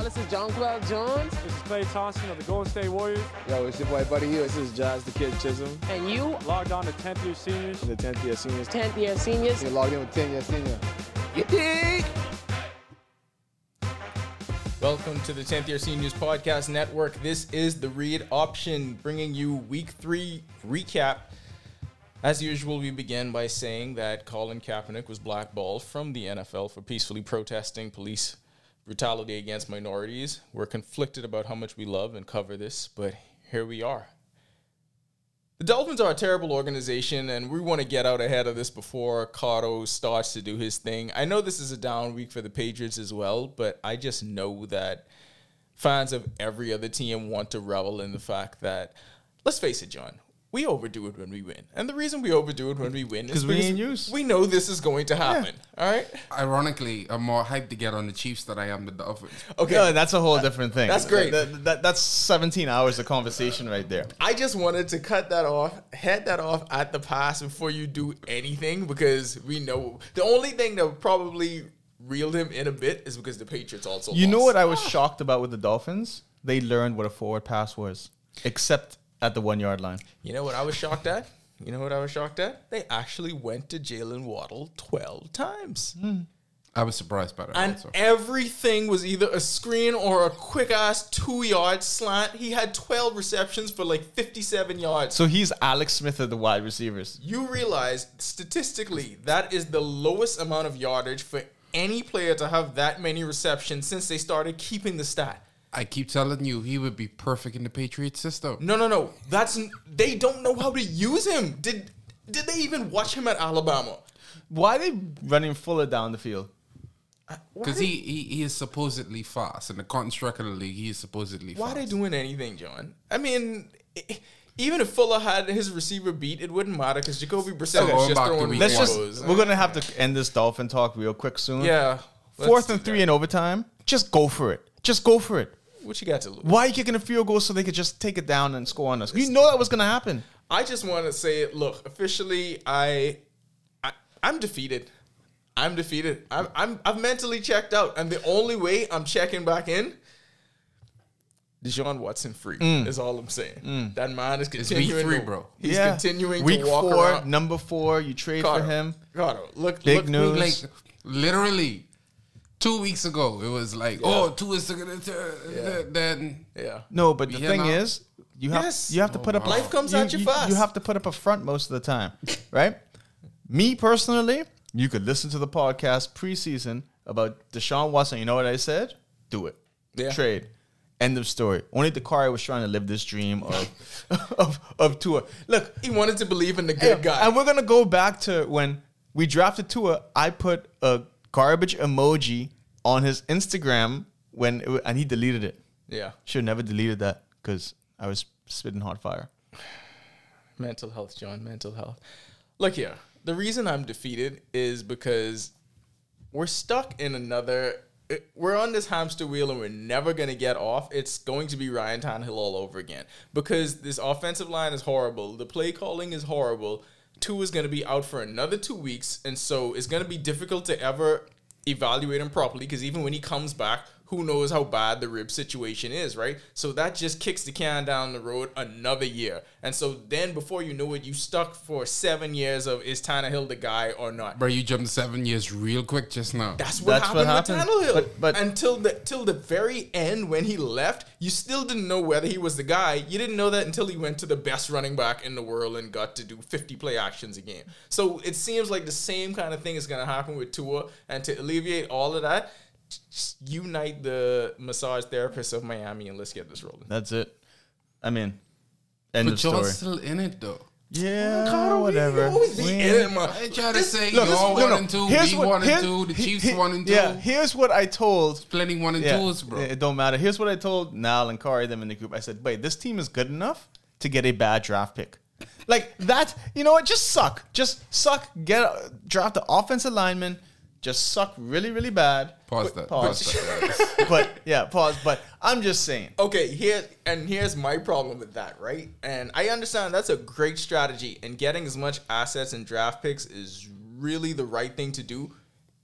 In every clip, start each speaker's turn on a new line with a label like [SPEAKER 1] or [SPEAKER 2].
[SPEAKER 1] This is John Cloud Jones.
[SPEAKER 2] This is Clay Thompson of the Golden State Warriors.
[SPEAKER 3] Yo, it's your boy Buddy Hill. This is Josh the Kid Chisholm.
[SPEAKER 1] And you,
[SPEAKER 2] Logged on to 10th year seniors.
[SPEAKER 3] The 10th year seniors.
[SPEAKER 1] 10th year seniors.
[SPEAKER 3] You logged in with 10 year senior. You dig?
[SPEAKER 4] Welcome to the 10th Year Seniors Podcast Network. This is the Read Option, bringing you week three recap. As usual, we begin by saying that Colin Kaepernick was blackballed from the NFL for peacefully protesting police brutality against minorities. We're conflicted about how much we love and cover this, but here we are. The Dolphins are a terrible organization, and we want to get out ahead of this before Cotto starts to do his thing. I know this is a down week for the Patriots as well, but I just know that fans of every other team want to revel in the fact that, let's face it, John, we overdo it when we win. And the reason we overdo it when we win is
[SPEAKER 5] 'Cause we
[SPEAKER 4] because
[SPEAKER 5] ain't used.
[SPEAKER 4] we know this is going to happen. All right?
[SPEAKER 6] Ironically, I'm more hyped to get on the Chiefs than I am the Dolphins.
[SPEAKER 4] Okay.
[SPEAKER 5] No, that's a whole different thing.
[SPEAKER 4] that's great.
[SPEAKER 5] That- that- that's 17 hours of conversation right there.
[SPEAKER 4] I just wanted to cut that off, head that off at the pass before you do anything because we know the only thing that would probably reeled him in a bit is because the Patriots also.
[SPEAKER 5] You know what
[SPEAKER 4] lost.
[SPEAKER 5] I was shocked about with the Dolphins? They learned what a forward pass was, except at the one yard line.
[SPEAKER 4] you know what I was shocked at. You know what I was shocked at? They actually went to Jalen Waddle twelve times,
[SPEAKER 5] Hmm.
[SPEAKER 6] I was surprised by that.
[SPEAKER 4] and
[SPEAKER 6] also.
[SPEAKER 4] everything was either a screen or a quick ass two yard slant. He had twelve receptions for like fifty seven yards.
[SPEAKER 5] So he's Alex Smith of the wide receivers.
[SPEAKER 4] you realize statistically that is the lowest amount of yardage for any player to have that many receptions since they started keeping the stat.
[SPEAKER 6] I keep telling you, he would be perfect in the Patriots system.
[SPEAKER 4] No, no, no. That's they don't know how to use him. Did did they even watch him at Alabama?
[SPEAKER 5] Why are they running Fuller down the field?
[SPEAKER 6] Because he, he, he is supposedly fast. In the Construct of the League, he is supposedly
[SPEAKER 4] Why
[SPEAKER 6] fast.
[SPEAKER 4] are they doing anything, John? I mean, e- even if Fuller had his receiver beat, it wouldn't matter because Jacoby Brissett
[SPEAKER 6] So
[SPEAKER 4] was
[SPEAKER 6] going
[SPEAKER 4] just
[SPEAKER 6] back to
[SPEAKER 4] throwing
[SPEAKER 6] week
[SPEAKER 5] Let's
[SPEAKER 6] Why?
[SPEAKER 4] elbows.
[SPEAKER 5] just, we're going to have to end this Dolphin talk real quick soon.
[SPEAKER 4] yeah. let's
[SPEAKER 5] Fourth
[SPEAKER 4] do
[SPEAKER 5] and
[SPEAKER 4] that.
[SPEAKER 5] three in overtime, just go for it. Just go for it.
[SPEAKER 4] What you got to lose?
[SPEAKER 5] Why are you kicking a field goal so they could just take it down and score on us? You know that was going to happen.
[SPEAKER 4] I just want to say, it. look, officially, I, I I'm defeated. I'm defeated. I'm, I'm I've mentally checked out, and the only way I'm checking back in. Deshaun Watson free
[SPEAKER 5] Mm.
[SPEAKER 4] is all I'm saying. That man is
[SPEAKER 6] week
[SPEAKER 4] continuing.
[SPEAKER 6] three,
[SPEAKER 4] to-
[SPEAKER 6] bro.
[SPEAKER 4] He's
[SPEAKER 5] Yeah.
[SPEAKER 4] continuing
[SPEAKER 5] Week
[SPEAKER 4] to walk
[SPEAKER 5] four,
[SPEAKER 4] around.
[SPEAKER 5] number four, you trade for him.
[SPEAKER 4] Cotto, look,
[SPEAKER 5] Big
[SPEAKER 4] look,
[SPEAKER 5] news.
[SPEAKER 6] Like, literally, two weeks ago, it was like, oh, two weeks ago, then...
[SPEAKER 4] Yeah.
[SPEAKER 5] No, but the
[SPEAKER 6] Yeah,
[SPEAKER 5] thing
[SPEAKER 6] no.
[SPEAKER 5] is, you have
[SPEAKER 4] Yes.
[SPEAKER 5] you have to put up
[SPEAKER 4] Life comes
[SPEAKER 5] you,
[SPEAKER 4] at you
[SPEAKER 5] you,
[SPEAKER 4] fast.
[SPEAKER 5] You have to put up a front most of the time, right? Me personally, you could listen to the podcast preseason about Deshaun Watson. You know what I said? Do it.
[SPEAKER 4] Yeah.
[SPEAKER 5] Trade. End of story. Only Dakari was trying to live this dream of of of Tua. Look,
[SPEAKER 4] He wanted to believe in the good guy.
[SPEAKER 5] and we're gonna go back to when we drafted Tua. I put a garbage emoji on his Instagram when it, wa- and he deleted it.
[SPEAKER 4] yeah.
[SPEAKER 5] Should have never deleted that because I was spitting hot fire.
[SPEAKER 4] Mental health, John. Mental health. Look here. The reason I'm defeated is because we're stuck in another. it- We're on this hamster wheel and we're never going to get off. It's going to be Ryan Tannehill all over again because this offensive line is horrible. The play calling is horrible. Two is going to be out for another two weeks, and so it's going to be difficult to ever evaluate him properly because even when he comes back, who knows how bad the rib situation is, right? So that just kicks the can down the road another year. And so then before you know it, you stuck for seven years of is Tannehill the guy or not?
[SPEAKER 6] Bro, you jumped seven years real quick just now.
[SPEAKER 4] That's what
[SPEAKER 5] That's what
[SPEAKER 4] happened with
[SPEAKER 5] happened.
[SPEAKER 4] Tannehill.
[SPEAKER 5] But- but-
[SPEAKER 4] until the till the very end when he left, you still didn't know whether he was the guy. You didn't know that until he went to the best running back in the world and got to do 50 play actions a game. So it seems like the same kind of thing is gonna happen with Tua. And to alleviate all of that, just unite the massage therapists of Miami and let's get this rolling.
[SPEAKER 5] That's it. I mean, end
[SPEAKER 6] but
[SPEAKER 5] of
[SPEAKER 6] y'all
[SPEAKER 5] story.
[SPEAKER 6] still in it, though.
[SPEAKER 5] yeah,
[SPEAKER 4] Carter, we
[SPEAKER 5] whatever.
[SPEAKER 4] always be
[SPEAKER 5] We-
[SPEAKER 4] in it, man.
[SPEAKER 6] I try to
[SPEAKER 4] This-
[SPEAKER 6] say
[SPEAKER 5] Look,
[SPEAKER 6] y'all
[SPEAKER 5] this- no,
[SPEAKER 6] one
[SPEAKER 5] no.
[SPEAKER 6] and two,
[SPEAKER 5] Here's
[SPEAKER 6] we
[SPEAKER 5] what-
[SPEAKER 6] one
[SPEAKER 5] here-
[SPEAKER 6] and two, the
[SPEAKER 5] he-
[SPEAKER 6] Chiefs
[SPEAKER 5] he-
[SPEAKER 6] one and two.
[SPEAKER 5] Yeah, here's what I told.
[SPEAKER 6] Plenty one and
[SPEAKER 5] Yeah,
[SPEAKER 6] twos, bro.
[SPEAKER 5] It don't matter. Here's what I told Nal and Kari them in the group. I said, "Wait, this team is good enough to get a bad draft pick." Like that, you know what? Just suck. Just suck. Get draft the offensive lineman. Just suck really, really bad.
[SPEAKER 6] Pause
[SPEAKER 5] But-
[SPEAKER 6] that.
[SPEAKER 5] Pause.
[SPEAKER 6] Pause that.
[SPEAKER 5] but yeah, pause. But I'm just saying.
[SPEAKER 4] okay here and here's my problem with that right and i understand that's a great strategy and getting as much assets and draft picks is really the right thing to do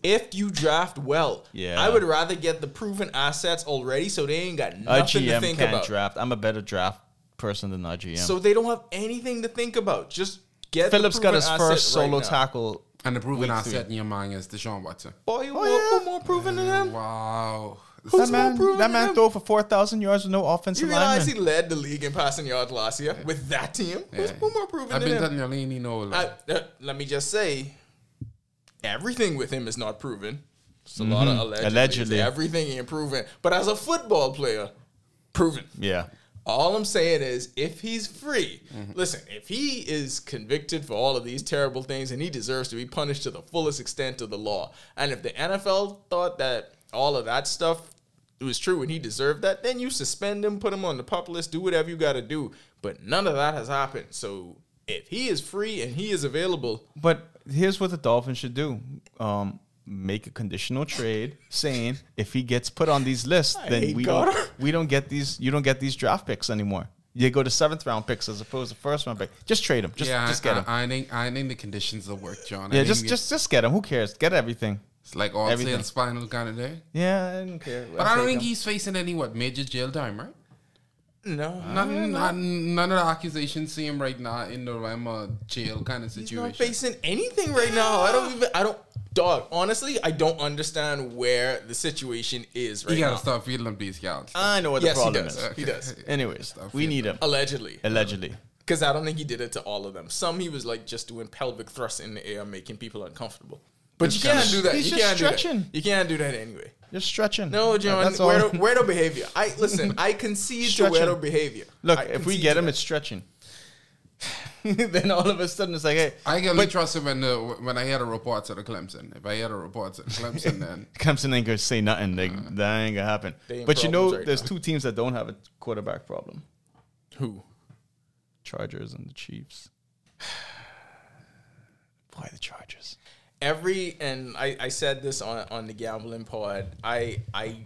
[SPEAKER 4] If you draft well,
[SPEAKER 5] Yeah.
[SPEAKER 4] I would rather get the proven assets already, so they ain't got
[SPEAKER 5] Our
[SPEAKER 4] nothing to
[SPEAKER 5] GM
[SPEAKER 4] think
[SPEAKER 5] can't
[SPEAKER 4] about.
[SPEAKER 5] draft. I'm a better draft person than our GM.
[SPEAKER 4] So they don't have anything to think about. Just get. the
[SPEAKER 5] Phillips got
[SPEAKER 4] proven
[SPEAKER 5] his
[SPEAKER 4] asset
[SPEAKER 5] first
[SPEAKER 4] right
[SPEAKER 5] solo
[SPEAKER 4] now.
[SPEAKER 5] tackle.
[SPEAKER 6] And the proven
[SPEAKER 5] Week
[SPEAKER 6] asset
[SPEAKER 5] three.
[SPEAKER 6] in your mind is Deshaun Watson.
[SPEAKER 4] Boy, who,
[SPEAKER 5] Oh, yeah.
[SPEAKER 4] who more proven than
[SPEAKER 5] Um,
[SPEAKER 4] him?
[SPEAKER 6] Wow.
[SPEAKER 5] That
[SPEAKER 4] more
[SPEAKER 5] man,
[SPEAKER 4] proven
[SPEAKER 5] that
[SPEAKER 4] than
[SPEAKER 5] man
[SPEAKER 4] him?
[SPEAKER 5] throw for four thousand yards with no offensive
[SPEAKER 4] You realize he
[SPEAKER 5] lineman.
[SPEAKER 4] led the league in passing yards last year with that team. Who's who more proven
[SPEAKER 6] I've
[SPEAKER 4] than
[SPEAKER 6] been
[SPEAKER 4] him?
[SPEAKER 6] telling Yelene, you know, like,
[SPEAKER 4] I, uh, let me just say, everything with him is not proven. It's a lot of allegedly.
[SPEAKER 5] Allegedly.
[SPEAKER 4] Everything ain't proven. But as a football player, proven.
[SPEAKER 5] Yeah,
[SPEAKER 4] All I'm saying is, if he's free, listen, if he is convicted for all of these terrible things and he deserves to be punished to the fullest extent of the law, and if the NFL thought that all of that stuff was true and he deserved that, then you suspend him, put him on the pup list, do whatever you got to do. But none of that has happened. So if he is free and he is available,
[SPEAKER 5] but here's what the Dolphins should do: um, make a conditional trade saying if he gets put on these lists, then
[SPEAKER 4] hate
[SPEAKER 5] we
[SPEAKER 4] God.
[SPEAKER 5] don't, we don't get these. You don't get these draft picks anymore. You go to seventh round picks as opposed to first round pick. Just trade him. Just
[SPEAKER 6] yeah,
[SPEAKER 5] just
[SPEAKER 6] I,
[SPEAKER 5] get him.
[SPEAKER 6] I, I think I think the conditions of work, John. I
[SPEAKER 5] yeah,
[SPEAKER 6] think
[SPEAKER 5] just
[SPEAKER 6] we-
[SPEAKER 5] just just get him. Who cares? Get everything.
[SPEAKER 6] it's like all
[SPEAKER 5] everything.
[SPEAKER 6] sales final kind of day.
[SPEAKER 5] Yeah, I don't care.
[SPEAKER 6] But I
[SPEAKER 5] I'll
[SPEAKER 6] don't
[SPEAKER 5] take
[SPEAKER 6] think
[SPEAKER 5] him.
[SPEAKER 6] he's facing any what major jail time, right?
[SPEAKER 4] no,
[SPEAKER 6] None, none, none of the accusations see him right now in the realm of jail kind of
[SPEAKER 4] He's not
[SPEAKER 6] situation.
[SPEAKER 4] facing anything right now. I don't even. I don't. Dog. Honestly, I don't understand where the situation is right
[SPEAKER 6] You gotta
[SPEAKER 4] now.
[SPEAKER 6] stop feeding him these counts.
[SPEAKER 5] I know what
[SPEAKER 4] Yes,
[SPEAKER 5] the
[SPEAKER 4] he
[SPEAKER 5] problem
[SPEAKER 4] does.
[SPEAKER 5] is.
[SPEAKER 4] He does.
[SPEAKER 5] Anyways, we need him
[SPEAKER 4] Allegedly,
[SPEAKER 5] allegedly.
[SPEAKER 4] because I don't think he did it to all of them. Some he was like just doing pelvic thrusts in the air, making people uncomfortable. But you can't
[SPEAKER 5] just-
[SPEAKER 4] do that.
[SPEAKER 5] he's
[SPEAKER 4] you
[SPEAKER 5] just
[SPEAKER 4] can't do that.
[SPEAKER 5] stretching.
[SPEAKER 4] You can't do that anyway.
[SPEAKER 5] Just stretching.
[SPEAKER 4] No, John.
[SPEAKER 5] That's all.
[SPEAKER 4] weirdo, weirdo behavior. I listen. I concede to
[SPEAKER 5] Stretching.
[SPEAKER 4] weirdo behavior.
[SPEAKER 5] Look,
[SPEAKER 4] I
[SPEAKER 5] if we
[SPEAKER 4] concede
[SPEAKER 5] get
[SPEAKER 4] to
[SPEAKER 5] him,
[SPEAKER 4] that.
[SPEAKER 5] it's stretching. then all of a sudden, it's like, hey,
[SPEAKER 6] I can only trust him when, the, when I hear the reports of the Clemson. If I hear the reports of Clemson, then
[SPEAKER 5] Clemson ain't gonna say nothing. Like, that ain't gonna happen.
[SPEAKER 4] They ain't
[SPEAKER 5] But you know,
[SPEAKER 4] problems right
[SPEAKER 5] there's
[SPEAKER 4] now.
[SPEAKER 5] two teams that don't have a quarterback problem:
[SPEAKER 4] who?
[SPEAKER 5] Chargers and the Chiefs. Boy, the Chargers.
[SPEAKER 4] every and I, I said this on, on the gambling pod i i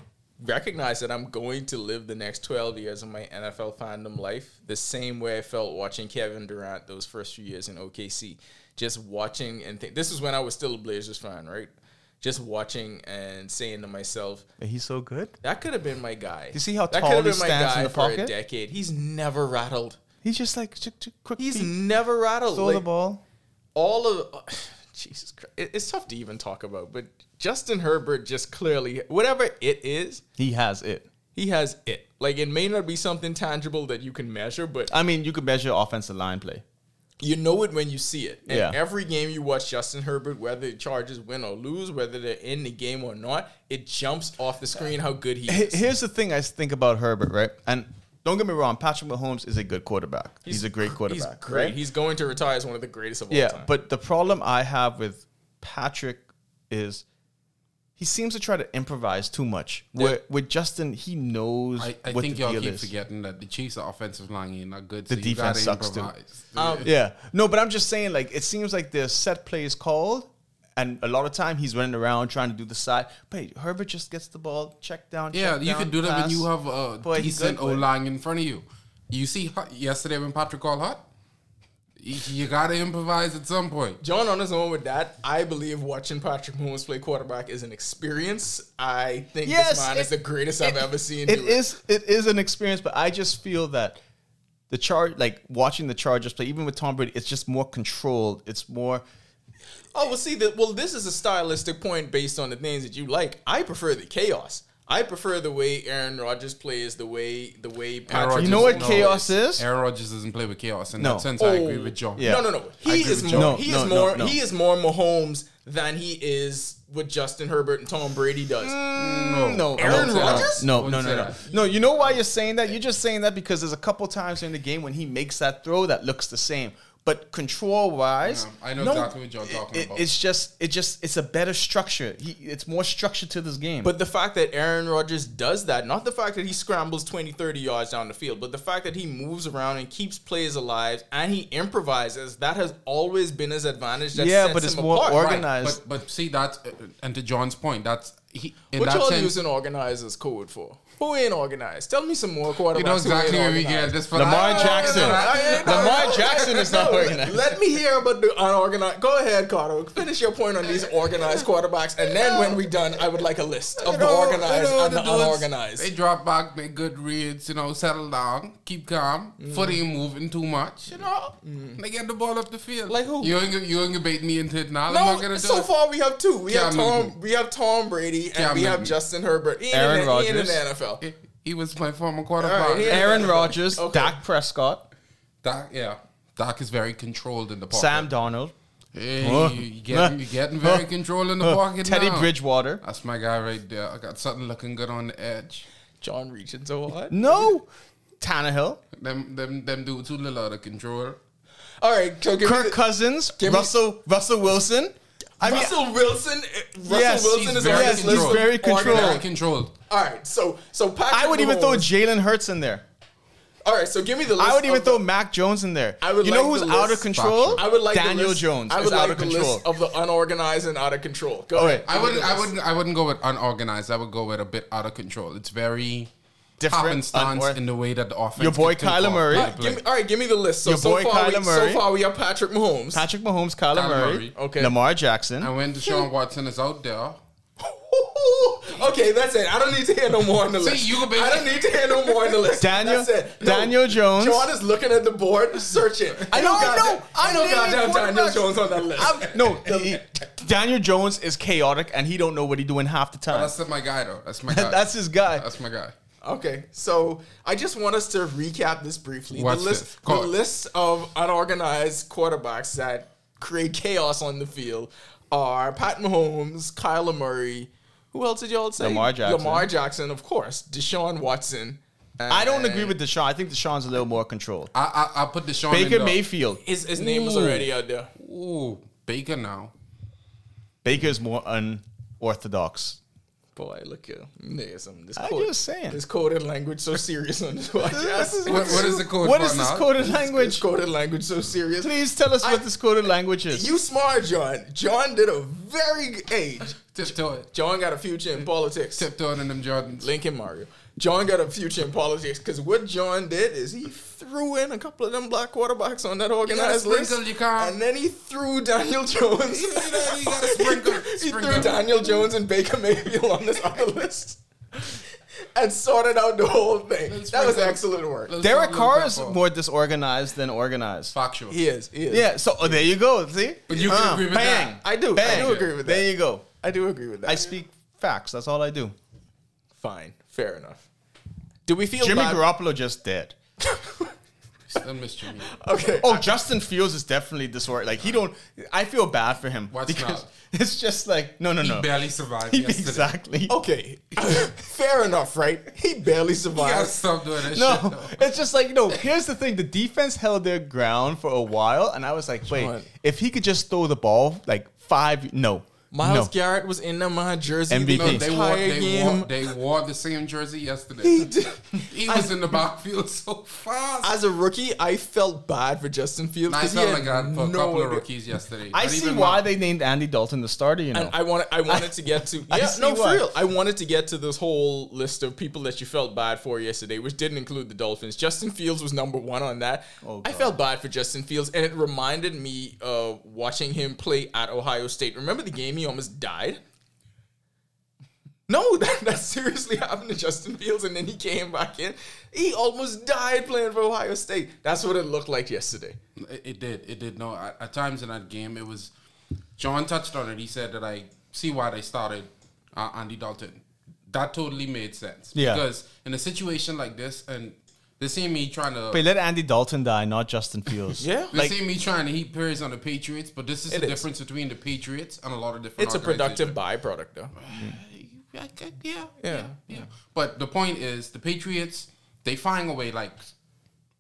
[SPEAKER 4] recognize that i'm going to live the next 12 years of my nfl fandom life the same way i felt watching kevin durant those first few years in okc just watching and think this is when i was still a blazers fan right just watching and saying to myself
[SPEAKER 5] He's so good.
[SPEAKER 4] that could have been my guy
[SPEAKER 5] You see how
[SPEAKER 4] that
[SPEAKER 5] tall
[SPEAKER 4] could have
[SPEAKER 5] he
[SPEAKER 4] been my
[SPEAKER 5] stands in
[SPEAKER 4] guy
[SPEAKER 5] the
[SPEAKER 4] for a
[SPEAKER 5] pocket?
[SPEAKER 4] decade he's never rattled
[SPEAKER 5] He's just like ch- ch- quick.
[SPEAKER 4] he's
[SPEAKER 5] feet,
[SPEAKER 4] never rattled
[SPEAKER 5] throw the
[SPEAKER 4] Like,
[SPEAKER 5] ball.
[SPEAKER 4] all of Jesus Christ, it, it's tough to even talk about. But Justin Herbert just clearly, whatever it is,
[SPEAKER 5] He has it.
[SPEAKER 4] he has it. Like it may not be something tangible that you can measure, but
[SPEAKER 5] I mean, you could measure offensive line play.
[SPEAKER 4] you know it when you see it. And
[SPEAKER 5] Yeah.
[SPEAKER 4] every game you watch Justin Herbert, whether the Chargers win or lose, whether they're in the game or not, it jumps off the screen how good he
[SPEAKER 5] He-
[SPEAKER 4] is.
[SPEAKER 5] Here's the thing I think about Herbert, right? And don't get me wrong, Patrick Mahomes is a good quarterback. He's, a great
[SPEAKER 4] He's
[SPEAKER 5] quarterback.
[SPEAKER 4] great.
[SPEAKER 5] right?
[SPEAKER 4] He's going to retire as one of the greatest of all
[SPEAKER 5] yeah,
[SPEAKER 4] time.
[SPEAKER 5] but the problem I have with Patrick is he seems to try to improvise too much. Where with Justin, he knows
[SPEAKER 6] I, I
[SPEAKER 5] what
[SPEAKER 6] think
[SPEAKER 5] the
[SPEAKER 6] y'all
[SPEAKER 5] deal
[SPEAKER 6] keep
[SPEAKER 5] is.
[SPEAKER 6] forgetting that the Chiefs' offensive line ain't not good.
[SPEAKER 5] The
[SPEAKER 6] so you
[SPEAKER 5] defense
[SPEAKER 6] gotta
[SPEAKER 5] sucks, too.
[SPEAKER 6] improvise.
[SPEAKER 5] Yeah, no, but I'm just saying, like, it seems like there's set plays called, and a lot of time he's running around trying to do the side. But Herbert just gets the ball, check down.
[SPEAKER 6] Yeah,
[SPEAKER 5] check
[SPEAKER 6] you
[SPEAKER 5] down,
[SPEAKER 6] can do that
[SPEAKER 5] pass.
[SPEAKER 6] when you have a
[SPEAKER 5] Boy, he
[SPEAKER 6] decent
[SPEAKER 5] good,
[SPEAKER 6] O
[SPEAKER 5] boy.
[SPEAKER 6] line in front of you. You see, Hut- yesterday when Patrick called hot, you gotta improvise at some point.
[SPEAKER 4] John on his own with that. I believe watching Patrick Mahomes play quarterback is an experience. I think
[SPEAKER 5] Yes,
[SPEAKER 4] this man
[SPEAKER 5] it-
[SPEAKER 4] is the greatest I've ever seen.
[SPEAKER 5] It
[SPEAKER 4] do
[SPEAKER 5] is it is an experience, but I just feel that the charge like watching the Chargers play, even with Tom Brady, it's just more controlled. It's more
[SPEAKER 4] Oh, well, see, that. well, this is a stylistic point based on the things that you like. I prefer the chaos. I prefer the way Aaron Rodgers plays, the way the way Patrick.
[SPEAKER 6] Rodgers
[SPEAKER 5] you know what
[SPEAKER 6] No,
[SPEAKER 5] chaos
[SPEAKER 4] plays.
[SPEAKER 5] is?
[SPEAKER 6] Aaron Rodgers doesn't play with chaos. In
[SPEAKER 5] No.
[SPEAKER 6] that sense,
[SPEAKER 4] Oh,
[SPEAKER 6] I agree with John.
[SPEAKER 5] yeah.
[SPEAKER 4] No, no, no.
[SPEAKER 6] I
[SPEAKER 4] He
[SPEAKER 6] agree
[SPEAKER 4] is
[SPEAKER 6] with
[SPEAKER 4] more.
[SPEAKER 5] John.
[SPEAKER 4] he
[SPEAKER 5] No,
[SPEAKER 4] is
[SPEAKER 5] no,
[SPEAKER 4] more.
[SPEAKER 5] no.
[SPEAKER 4] He is more Mahomes than he is what Justin Herbert and Tom Brady does.
[SPEAKER 5] Mm. No,
[SPEAKER 4] Aaron
[SPEAKER 5] no, no,
[SPEAKER 4] Rodgers?
[SPEAKER 5] No, no, no,
[SPEAKER 6] Wouldn't
[SPEAKER 5] no.
[SPEAKER 6] say
[SPEAKER 5] No, you know why you're saying that? You're just saying that because there's a couple times in the game when he makes that throw that looks the same. But control wise,
[SPEAKER 6] Yeah, I know exactly what you're talking about.
[SPEAKER 5] It's just, it just, it's a better structure. He, it's more structure to this game.
[SPEAKER 4] But the fact that Aaron Rodgers does that, not the fact that he scrambles 20, 30 yards down the field, but the fact that he moves around and keeps plays alive and he improvises, that has always been his advantage. That
[SPEAKER 5] Yeah,
[SPEAKER 4] sets
[SPEAKER 5] but it's
[SPEAKER 4] him
[SPEAKER 5] more
[SPEAKER 4] apart.
[SPEAKER 5] organ-
[SPEAKER 6] Right,
[SPEAKER 5] Organized.
[SPEAKER 6] But but see that's uh, and to uh, John's point, that's he, in
[SPEAKER 4] What
[SPEAKER 6] that
[SPEAKER 4] y'all
[SPEAKER 6] sense-
[SPEAKER 4] using organizers code for? Who ain't organized? Tell me some more quarterbacks.
[SPEAKER 6] You know
[SPEAKER 4] who ain't
[SPEAKER 6] exactly where we
[SPEAKER 4] organized.
[SPEAKER 6] get this from.
[SPEAKER 5] Lamar
[SPEAKER 6] I-
[SPEAKER 5] Jackson.
[SPEAKER 4] I- I-
[SPEAKER 5] Lamar Jackson is not organized.
[SPEAKER 4] Let me hear about the unorganized. Go ahead, Carter. Finish your point on these organized quarterbacks, and then when we're done, I would like a list of the
[SPEAKER 6] know,
[SPEAKER 4] organized
[SPEAKER 6] you know,
[SPEAKER 4] and the
[SPEAKER 6] the dudes, They
[SPEAKER 4] unorganized.
[SPEAKER 6] drop back, make good reads, you know, settle down, keep calm.
[SPEAKER 4] Mm.
[SPEAKER 6] Foot ain't moving too much, you know. They get the ball up the field.
[SPEAKER 4] Like who?
[SPEAKER 6] You ain't, gonna- you ain't gonna bait me into it now. I'm not
[SPEAKER 4] No,
[SPEAKER 6] gonna do
[SPEAKER 4] so
[SPEAKER 6] it.
[SPEAKER 4] far we have two. We have
[SPEAKER 6] Cam
[SPEAKER 4] Tom.
[SPEAKER 6] Newton.
[SPEAKER 4] We have Tom Brady, and
[SPEAKER 6] Cam
[SPEAKER 4] we have
[SPEAKER 6] Newton.
[SPEAKER 4] Justin Herbert. He ain't
[SPEAKER 5] Aaron
[SPEAKER 4] in the, he ain't in
[SPEAKER 5] Rodgers.
[SPEAKER 4] the NFL.
[SPEAKER 6] He- He was my former quarterback.
[SPEAKER 4] All right, he-
[SPEAKER 5] Aaron Rodgers,
[SPEAKER 4] Okay.
[SPEAKER 5] Dak Prescott,
[SPEAKER 6] Doc, yeah. Doc is very controlled in the pocket.
[SPEAKER 5] Sam Donald,
[SPEAKER 6] Hey,
[SPEAKER 5] Oh.
[SPEAKER 6] you getting, you getting very controlled in the pocket
[SPEAKER 5] Teddy
[SPEAKER 6] now.
[SPEAKER 5] Bridgewater.
[SPEAKER 6] That's my guy right there. I got something looking good on the edge.
[SPEAKER 4] John Regions so hard.
[SPEAKER 5] No, Tannehill,
[SPEAKER 6] Them them them dudes who little out of control.
[SPEAKER 4] All right, so give me
[SPEAKER 5] Kirk
[SPEAKER 4] the-
[SPEAKER 5] Cousins,
[SPEAKER 4] me-
[SPEAKER 5] Russell Russell Wilson. I mean,
[SPEAKER 4] Russell Wilson. eh, Russell
[SPEAKER 5] Yes,
[SPEAKER 4] Wilson
[SPEAKER 6] he's
[SPEAKER 4] is
[SPEAKER 6] very
[SPEAKER 4] on this
[SPEAKER 6] controlled.
[SPEAKER 4] list.
[SPEAKER 6] He's
[SPEAKER 5] very
[SPEAKER 4] Organized.
[SPEAKER 5] controlled.
[SPEAKER 6] Very controlled.
[SPEAKER 4] All right, so so Patrick
[SPEAKER 5] I would even throw
[SPEAKER 4] Mahomes-
[SPEAKER 5] Jalen Hurts in there.
[SPEAKER 4] All right, so give me the list.
[SPEAKER 5] I would even
[SPEAKER 4] of the-
[SPEAKER 5] throw Mac Jones in there.
[SPEAKER 4] I would
[SPEAKER 5] you
[SPEAKER 4] like
[SPEAKER 5] know who's
[SPEAKER 4] the
[SPEAKER 5] out of
[SPEAKER 4] list.
[SPEAKER 5] control?
[SPEAKER 4] I would like the
[SPEAKER 5] Daniel
[SPEAKER 4] list-
[SPEAKER 5] Jones
[SPEAKER 4] I would
[SPEAKER 5] is
[SPEAKER 4] like
[SPEAKER 5] out of
[SPEAKER 4] the
[SPEAKER 5] control.
[SPEAKER 4] list of the unorganized and out of control. Go
[SPEAKER 5] All
[SPEAKER 4] ahead.
[SPEAKER 5] right.
[SPEAKER 6] I
[SPEAKER 4] Give me
[SPEAKER 6] wouldn't.
[SPEAKER 4] the
[SPEAKER 6] I
[SPEAKER 4] list.
[SPEAKER 6] wouldn't. I wouldn't go with unorganized. I would go with a bit out of control. It's very
[SPEAKER 5] Different,
[SPEAKER 6] happenstance
[SPEAKER 5] unor-
[SPEAKER 6] in the way that the offense.
[SPEAKER 5] Your boy
[SPEAKER 6] can
[SPEAKER 5] Kyler
[SPEAKER 6] take off.
[SPEAKER 5] Murray.
[SPEAKER 4] All right, give me, all right, give me the list. So,
[SPEAKER 5] Your
[SPEAKER 4] so,
[SPEAKER 5] boy
[SPEAKER 4] far we,
[SPEAKER 5] Kyler
[SPEAKER 4] so
[SPEAKER 5] Murray.
[SPEAKER 4] far, we have Patrick Mahomes.
[SPEAKER 5] Patrick Mahomes, Kyler,
[SPEAKER 6] Kyler
[SPEAKER 5] Murray,
[SPEAKER 6] Murray.
[SPEAKER 4] Okay.
[SPEAKER 5] Lamar Jackson.
[SPEAKER 6] And when Deshaun Watson is out there,
[SPEAKER 4] okay, that's it. I don't need to hear no more on the
[SPEAKER 6] See,
[SPEAKER 4] list.
[SPEAKER 6] you go back-
[SPEAKER 4] I don't need to hear no more on the list.
[SPEAKER 5] Daniel-
[SPEAKER 4] that's it. No,
[SPEAKER 5] Daniel Jones.
[SPEAKER 4] John is looking at the board, searching. I
[SPEAKER 5] No,
[SPEAKER 4] goddamn-
[SPEAKER 5] no,
[SPEAKER 4] I know
[SPEAKER 5] I'm
[SPEAKER 4] goddamn
[SPEAKER 5] naming
[SPEAKER 4] Daniel
[SPEAKER 5] quarterbacks.
[SPEAKER 4] Jones on that list.
[SPEAKER 5] I'm- no, he- Daniel Jones is chaotic and he don't know what he doing half the time.
[SPEAKER 6] that's my guy though. That's my guy.
[SPEAKER 5] That's his guy.
[SPEAKER 6] That's my guy.
[SPEAKER 4] Okay, so I just want us to recap this briefly.
[SPEAKER 6] What's
[SPEAKER 4] the
[SPEAKER 6] this?
[SPEAKER 4] list, the
[SPEAKER 6] Go on.
[SPEAKER 4] list of unorganized quarterbacks that create chaos on the field are Pat Mahomes, Kyler Murray. Who else did y'all say?
[SPEAKER 5] Lamar Jackson.
[SPEAKER 4] Lamar Jackson, of course. Deshaun Watson.
[SPEAKER 5] I don't agree
[SPEAKER 4] and
[SPEAKER 5] with Deshaun. I think Deshaun's a little more controlled.
[SPEAKER 6] I I, I put Deshaun
[SPEAKER 5] Baker
[SPEAKER 6] in there.
[SPEAKER 5] Mayfield.
[SPEAKER 4] His, his name was already out there.
[SPEAKER 6] Ooh, Baker now.
[SPEAKER 5] Baker's more unorthodox.
[SPEAKER 4] Boy, look at nigga, some this
[SPEAKER 5] I'm
[SPEAKER 4] code-
[SPEAKER 5] just saying.
[SPEAKER 4] this coded language so serious on this podcast.
[SPEAKER 6] What, what is the code?
[SPEAKER 5] What
[SPEAKER 6] for
[SPEAKER 5] is this
[SPEAKER 6] now?
[SPEAKER 5] coded
[SPEAKER 4] This
[SPEAKER 5] language?
[SPEAKER 4] coded language so serious.
[SPEAKER 5] Please tell us
[SPEAKER 4] I-
[SPEAKER 5] what this coded language is.
[SPEAKER 4] You smart, John. John did a very good age.
[SPEAKER 6] Tiptoe it.
[SPEAKER 4] John got a future in politics.
[SPEAKER 6] Tiptoeing in them Jordans.
[SPEAKER 4] Lincoln Mario. John got a future in politics because what John did is he threw in a couple of them black quarterbacks on that organized list,
[SPEAKER 6] sprinkle your car.
[SPEAKER 4] and then he threw Daniel Jones.
[SPEAKER 6] You know, you gotta sprinkle-
[SPEAKER 4] he
[SPEAKER 6] sprinkle.
[SPEAKER 4] threw Daniel Jones and Baker Mayfield on this other list, and sorted out the whole thing.
[SPEAKER 6] Let's
[SPEAKER 4] that was
[SPEAKER 6] sprinkle-
[SPEAKER 4] excellent work.
[SPEAKER 6] Let's
[SPEAKER 5] Derek
[SPEAKER 6] talk a little
[SPEAKER 5] Carr is
[SPEAKER 6] bit more
[SPEAKER 5] more disorganized than organized.
[SPEAKER 6] factual.
[SPEAKER 4] He is. He is.
[SPEAKER 5] Yeah, so oh, there you go. See?
[SPEAKER 6] But you can agree with
[SPEAKER 5] bang.
[SPEAKER 6] that.
[SPEAKER 4] I do.
[SPEAKER 5] Bang.
[SPEAKER 4] I do agree with that.
[SPEAKER 5] There you go.
[SPEAKER 4] I do agree with that.
[SPEAKER 5] I speak facts. That's all I do.
[SPEAKER 4] Fine. Fair enough. Do we feel
[SPEAKER 5] Jimmy
[SPEAKER 4] bad?
[SPEAKER 5] Garoppolo just dead.
[SPEAKER 6] Still miss Jimmy.
[SPEAKER 4] okay.
[SPEAKER 5] Oh, Justin Fields is definitely disorganized. Like he don't. I feel bad for him
[SPEAKER 6] What's
[SPEAKER 5] because
[SPEAKER 6] not?
[SPEAKER 5] it's just like no, no,
[SPEAKER 6] He
[SPEAKER 5] no.
[SPEAKER 6] barely survived yesterday.
[SPEAKER 5] exactly.
[SPEAKER 4] Okay. Fair enough, right? He barely
[SPEAKER 6] You
[SPEAKER 4] survived.
[SPEAKER 6] gotta stop doing that shit.
[SPEAKER 5] No,
[SPEAKER 6] though.
[SPEAKER 5] it's just like no. Here's the thing: the defense held their ground for a while, and I was like, wait,
[SPEAKER 4] John.
[SPEAKER 5] if he could just throw the ball like five, no,
[SPEAKER 4] Miles
[SPEAKER 5] no.
[SPEAKER 4] Garrett was in the my jersey
[SPEAKER 5] MVP.
[SPEAKER 4] the
[SPEAKER 5] No,
[SPEAKER 6] They wore,
[SPEAKER 4] entire
[SPEAKER 6] they,
[SPEAKER 4] game.
[SPEAKER 6] wore, they wore the same jersey yesterday.
[SPEAKER 4] He
[SPEAKER 6] He,
[SPEAKER 4] did-
[SPEAKER 6] was in the backfield so fast.
[SPEAKER 4] As a rookie, I felt bad for Justin Fields.
[SPEAKER 6] I
[SPEAKER 4] 'cause he
[SPEAKER 6] felt
[SPEAKER 4] had
[SPEAKER 6] like that for a
[SPEAKER 4] no
[SPEAKER 6] couple of
[SPEAKER 4] idea.
[SPEAKER 6] rookies yesterday.
[SPEAKER 5] I
[SPEAKER 6] Not
[SPEAKER 5] see
[SPEAKER 6] even
[SPEAKER 5] why
[SPEAKER 6] one.
[SPEAKER 5] they named Andy Dalton the starter. You know,
[SPEAKER 4] And I wanted, I wanted to get to
[SPEAKER 5] I
[SPEAKER 4] yeah,
[SPEAKER 5] see
[SPEAKER 4] no, for
[SPEAKER 5] why.
[SPEAKER 4] real. I wanted to get to this whole list of people that you felt bad for yesterday, which didn't include the Dolphins. Justin Fields was number one on that.
[SPEAKER 5] Oh,
[SPEAKER 4] I
[SPEAKER 5] God.
[SPEAKER 4] felt bad for Justin Fields, and it reminded me of watching him play at Ohio State. Remember the game he almost died? No, that, that seriously happened to Justin Fields, and then he came back in. He almost died playing for Ohio State. That's what it looked like yesterday.
[SPEAKER 6] It, it did. It did. No, at, at times in that game, it was. John touched on it. He said that I see why they started uh, Andy Dalton. That totally made sense.
[SPEAKER 5] Yeah.
[SPEAKER 6] Because in a situation like this, and they see me trying to.
[SPEAKER 5] Wait, let Andy Dalton die, not Justin Fields.
[SPEAKER 4] Yeah.
[SPEAKER 6] they see me trying to heat periods on the Patriots, but this is
[SPEAKER 4] It
[SPEAKER 6] the
[SPEAKER 4] is.
[SPEAKER 6] difference between the Patriots and a lot of different.
[SPEAKER 4] It's a productive byproduct, though.
[SPEAKER 6] I c- yeah,
[SPEAKER 4] Yeah.
[SPEAKER 6] yeah, yeah. But the point is, the Patriots they find a way. Like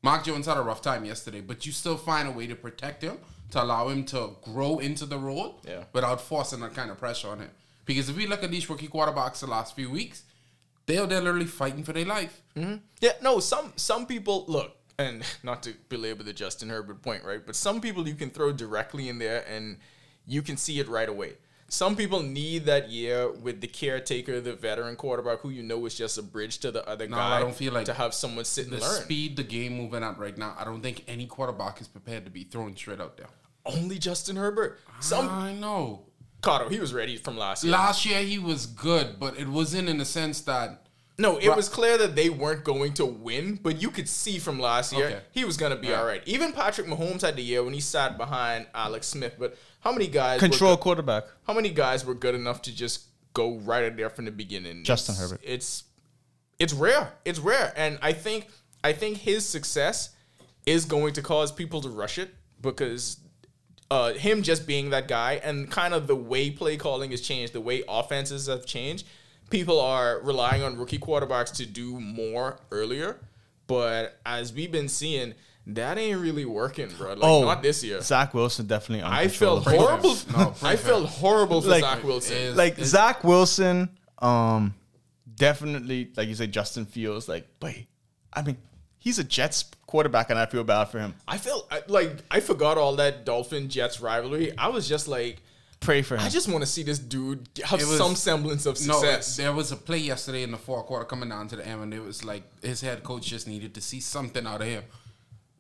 [SPEAKER 6] Mark Jones had a rough time yesterday, but you still find a way to protect him to allow him to grow into the role
[SPEAKER 4] Yeah.
[SPEAKER 6] without forcing that kind of pressure on him. Because if we look at these rookie quarterbacks the last few weeks, they're they're literally fighting for their life.
[SPEAKER 4] Yeah, no, some some people look, and not to belabor the Justin Herbert point, right? But some people you can throw directly in there and you can see it right away. some people need that year with the caretaker, the veteran quarterback who you know is just a bridge to the other
[SPEAKER 6] No,
[SPEAKER 4] guy.
[SPEAKER 6] I don't feel like
[SPEAKER 4] to have someone sit and
[SPEAKER 6] The
[SPEAKER 4] learn.
[SPEAKER 6] speed the game moving at right now, I don't think any quarterback is prepared to be thrown straight out there.
[SPEAKER 4] Only Justin Herbert. Some
[SPEAKER 6] I know.
[SPEAKER 4] Cotto, he was ready from last year.
[SPEAKER 6] Last year he was good, but it wasn't in the sense that
[SPEAKER 4] No, it was clear that they weren't going to win, but you could see from last year
[SPEAKER 6] Okay.
[SPEAKER 4] he was going to be all right. Even Patrick Mahomes had the year when he sat behind Alex Smith. But how many guys were
[SPEAKER 5] Control
[SPEAKER 4] good-
[SPEAKER 5] quarterback.
[SPEAKER 4] how many guys were good enough to just go right in there from the beginning?
[SPEAKER 5] Justin
[SPEAKER 4] It's-
[SPEAKER 5] Herbert.
[SPEAKER 4] It's it's rare. It's rare, and I think I think his success is going to cause people to rush it because uh, him just being that guy and kind of the way play calling has changed, the way offenses have changed. People are relying on rookie quarterbacks to do more earlier, but as we've been seeing, that ain't really working, bro. Like
[SPEAKER 5] Oh,
[SPEAKER 4] not this year.
[SPEAKER 5] Zach Wilson definitely.
[SPEAKER 4] I
[SPEAKER 5] uncontrollable.
[SPEAKER 4] felt horrible.
[SPEAKER 6] No, pray
[SPEAKER 4] I
[SPEAKER 6] for
[SPEAKER 4] felt
[SPEAKER 6] him.
[SPEAKER 4] horrible for
[SPEAKER 5] Like,
[SPEAKER 4] Zach Wilson.
[SPEAKER 6] is-
[SPEAKER 5] like Zach Wilson, um, definitely like you say, Justin Fields. Like, but I mean, he's a Jets quarterback, and I feel bad for him.
[SPEAKER 4] I felt I- like I forgot all that Dolphin Jets rivalry. I was just like,
[SPEAKER 5] Pray for him.
[SPEAKER 4] I just want to see this dude have
[SPEAKER 6] It was-
[SPEAKER 4] some semblance of
[SPEAKER 6] no. uh,
[SPEAKER 4] success.
[SPEAKER 6] There was a play yesterday in the fourth quarter coming down to the end, and it was like his head coach just needed to see something out of him,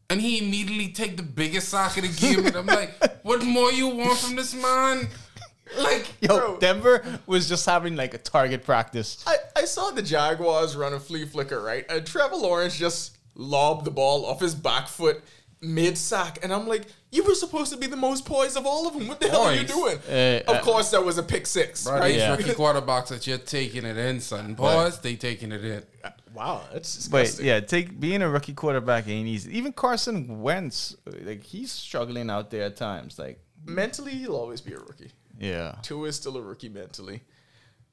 [SPEAKER 6] and he immediately take the biggest sack of the game. and I'm like, what more you want from this man? Like,
[SPEAKER 5] Yo, Denver was just having like a target practice.
[SPEAKER 4] I, I saw the Jaguars run a flea flicker right, and Trevor Lawrence just lobbed the ball off his back foot mid sack, and I'm like, you were supposed to be the most poised of all of them. What the hell are you
[SPEAKER 6] Poised?
[SPEAKER 4] doing?
[SPEAKER 5] Eh,
[SPEAKER 4] of
[SPEAKER 5] uh,
[SPEAKER 4] course, that was a pick six,
[SPEAKER 6] bro,
[SPEAKER 4] right?
[SPEAKER 6] these
[SPEAKER 5] Yeah.
[SPEAKER 6] rookie quarterbacks that you're taking it in, son. Boys, they taking it in.
[SPEAKER 4] Wow, that's disgusting.
[SPEAKER 5] But yeah, take being a rookie quarterback ain't easy. Even Carson Wentz, like he's struggling out there at times. Like,
[SPEAKER 4] mentally, he'll always be a rookie.
[SPEAKER 5] yeah,
[SPEAKER 4] Tua is still a rookie mentally.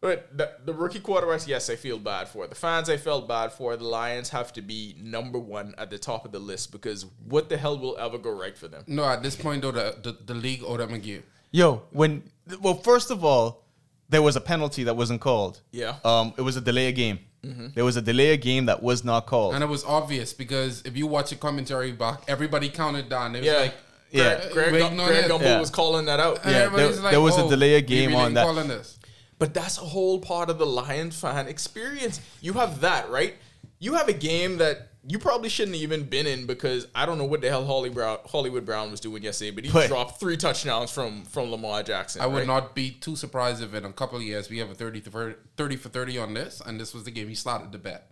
[SPEAKER 4] But the, the rookie quarterbacks, yes, I feel bad for. The fans, I felt bad for. The Lions have to be number one at the top of the list because what the hell will ever go right for them?
[SPEAKER 6] No, at this point though, the the, the league owed them a game.
[SPEAKER 5] Yo, when well, first of all, there was a penalty that wasn't called.
[SPEAKER 4] Yeah.
[SPEAKER 5] Um, it was a delay of game. There was a delay of game that was not called.
[SPEAKER 6] And it was obvious because if you watch a commentary back, everybody counted down. It was
[SPEAKER 4] Yeah.
[SPEAKER 6] like,
[SPEAKER 5] yeah.
[SPEAKER 4] Greg,
[SPEAKER 6] Wait,
[SPEAKER 4] Gu-
[SPEAKER 6] no,
[SPEAKER 4] Greg
[SPEAKER 6] yeah.
[SPEAKER 4] Gumbel
[SPEAKER 5] Yeah.
[SPEAKER 4] was calling that out.
[SPEAKER 6] and
[SPEAKER 5] Yeah,
[SPEAKER 6] everybody's "Oh,
[SPEAKER 5] there- there was a delay of
[SPEAKER 6] we
[SPEAKER 5] game
[SPEAKER 6] really
[SPEAKER 5] on that.
[SPEAKER 6] calling this.
[SPEAKER 4] But that's a whole part of the Lions fan experience. You have that, right? You have a game that you probably shouldn't have even been in because I don't know what the hell Holly Brown, Hollywood Brown was doing yesterday, but he
[SPEAKER 5] But-
[SPEAKER 4] dropped three touchdowns from from Lamar Jackson.
[SPEAKER 6] I would
[SPEAKER 4] right?
[SPEAKER 6] not be too surprised if in a couple of years we have a 30, to 30, 30 for 30 on this, and this was the game he started the bet.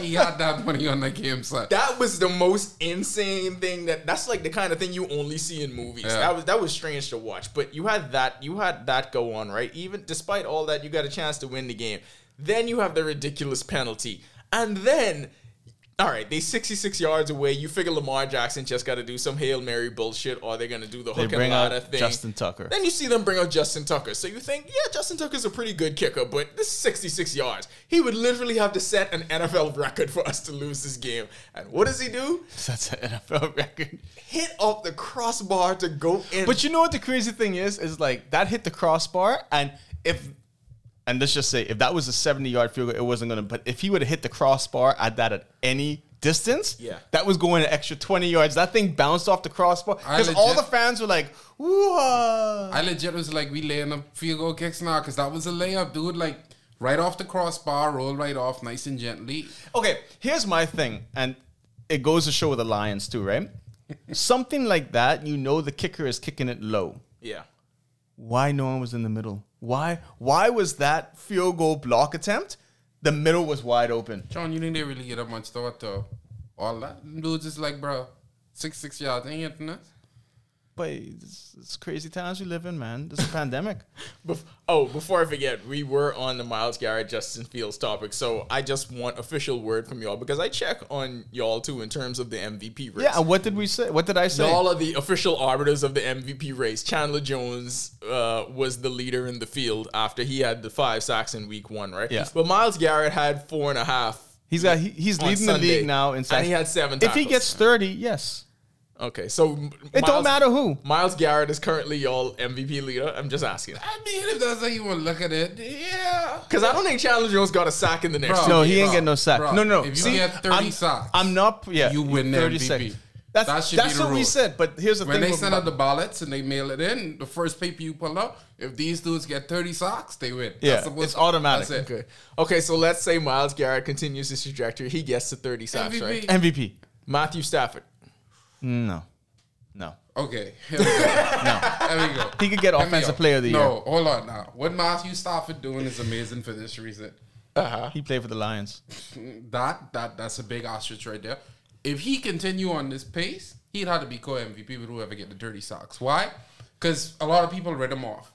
[SPEAKER 6] he had that money on the game, son.
[SPEAKER 4] That was the most insane thing that that's like the kind of thing you only see in movies.
[SPEAKER 6] Yeah.
[SPEAKER 4] That was that was strange to watch. But you had that you had that go on, right? Even despite all that, you got a chance to win the game. Then you have the ridiculous penalty. And then all right, they 66 yards away. You figure Lamar Jackson just got to do some Hail Mary bullshit or they're going to do the hook
[SPEAKER 5] bring
[SPEAKER 4] and ladder
[SPEAKER 5] out
[SPEAKER 4] thing.
[SPEAKER 5] Justin Tucker.
[SPEAKER 4] Then you see them bring out Justin Tucker. So you think, yeah, Justin Tucker's a pretty good kicker, but this is 66 yards. He would literally have to set an NFL record for us to lose this game. And what does he do?
[SPEAKER 5] That's an NFL record.
[SPEAKER 4] Hit off the crossbar to go in.
[SPEAKER 5] But you know what the crazy thing is? Is like that hit the crossbar, and if and let's just say if that was a seventy-yard field goal, it wasn't gonna. But if he would have hit the crossbar at that at any distance,
[SPEAKER 4] Yeah.
[SPEAKER 5] that was going an extra twenty yards. That thing bounced off the crossbar
[SPEAKER 6] I
[SPEAKER 5] because all the
[SPEAKER 6] legit-
[SPEAKER 5] fans were like, "Whoa!"
[SPEAKER 6] I legit was like, we laying up field goal kicks now because that was a layup, dude. Like, right off the crossbar, roll right off nice and gently.
[SPEAKER 5] Okay, here's my thing, and it goes to show with the Lions too, right? Something like that, you know, the kicker is kicking it low.
[SPEAKER 4] yeah.
[SPEAKER 5] why no one was in the middle. Why why was that field goal block attempt? The middle was wide open.
[SPEAKER 6] John, you didn't really get that much thought to all that. Dudes is like, bro, six, six yards, ain't it? nuts?
[SPEAKER 5] But it's, it's crazy times we live in, man. This is a pandemic.
[SPEAKER 4] Bef- oh, before I forget, we were on the Miles Garrett Justin Fields topic, so I just want official word from y'all because I check on y'all too in terms of the MVP race.
[SPEAKER 5] Yeah, and what did we say? What did I say?
[SPEAKER 4] Y'all are the official arbiters of the MVP race. Chandler Jones uh, was the leader in the field after he had the five sacks in week one, right?
[SPEAKER 5] Yeah.
[SPEAKER 4] But Miles Garrett had four and a half.
[SPEAKER 5] he's got he, he's
[SPEAKER 4] on
[SPEAKER 5] leading
[SPEAKER 4] Sunday,
[SPEAKER 5] the league now in
[SPEAKER 4] and
[SPEAKER 5] sacks.
[SPEAKER 4] he had seven.
[SPEAKER 5] If he
[SPEAKER 4] tackles.
[SPEAKER 5] gets 30, yes.
[SPEAKER 4] okay, so it
[SPEAKER 5] It don't matter who.
[SPEAKER 4] Miles Garrett is currently y'all MVP leader. I'm just asking
[SPEAKER 6] I mean, if that's how you want to look at it, yeah.
[SPEAKER 4] because I don't think Chandler Jones got a sack in the next.
[SPEAKER 6] Bro.
[SPEAKER 4] two.
[SPEAKER 5] No, he ain't
[SPEAKER 6] Bro,
[SPEAKER 5] getting no sack.
[SPEAKER 6] bro,
[SPEAKER 5] no, no, no.
[SPEAKER 6] if you
[SPEAKER 5] See,
[SPEAKER 6] get 30
[SPEAKER 5] I'm,
[SPEAKER 6] sacks,
[SPEAKER 5] I'm not yeah.
[SPEAKER 6] you win the MVP.
[SPEAKER 5] sacks. That's
[SPEAKER 6] That should be
[SPEAKER 5] that's
[SPEAKER 6] the
[SPEAKER 5] what we
[SPEAKER 6] rule.
[SPEAKER 5] said. But here's the
[SPEAKER 6] When
[SPEAKER 5] thing:
[SPEAKER 6] they
[SPEAKER 5] with-
[SPEAKER 6] send out the ballots and they mail it in, the first paper you pull up, if these dudes get 30 socks, they win.
[SPEAKER 5] Yeah,
[SPEAKER 6] supposed-
[SPEAKER 5] it's automatic.
[SPEAKER 6] That's it.
[SPEAKER 4] Okay. Okay, so let's say Miles Garrett continues his trajectory. He gets to 30 sacks,
[SPEAKER 6] MVP.
[SPEAKER 4] right?
[SPEAKER 5] MVP.
[SPEAKER 4] Matthew Stafford.
[SPEAKER 5] No, no.
[SPEAKER 6] Okay. Here we go. no. There we go.
[SPEAKER 5] He could get
[SPEAKER 6] Hear me
[SPEAKER 5] offensive
[SPEAKER 6] out.
[SPEAKER 5] player of the
[SPEAKER 6] no, hold on now. What Matthew Stafford doing is amazing for this reason.
[SPEAKER 5] year. He played for the Lions.
[SPEAKER 6] That that that's a big ostrich right there. If he continue on this pace, he'd have to be co MVP with whoever get the dirty socks. Why? Because a lot of people read him off.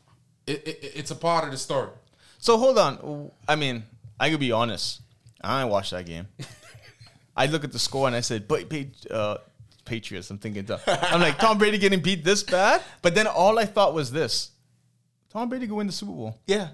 [SPEAKER 6] It, it, it- it's a part of the story.
[SPEAKER 5] So hold on. I mean, I could be honest. I ain't watched that game. I look at the score and I said, "But pa- uh, Patriots." I'm thinking, "Duh." I'm like Tom Brady getting beat this bad. But then all I thought was this: Tom Brady could win the Super Bowl.
[SPEAKER 4] Yeah.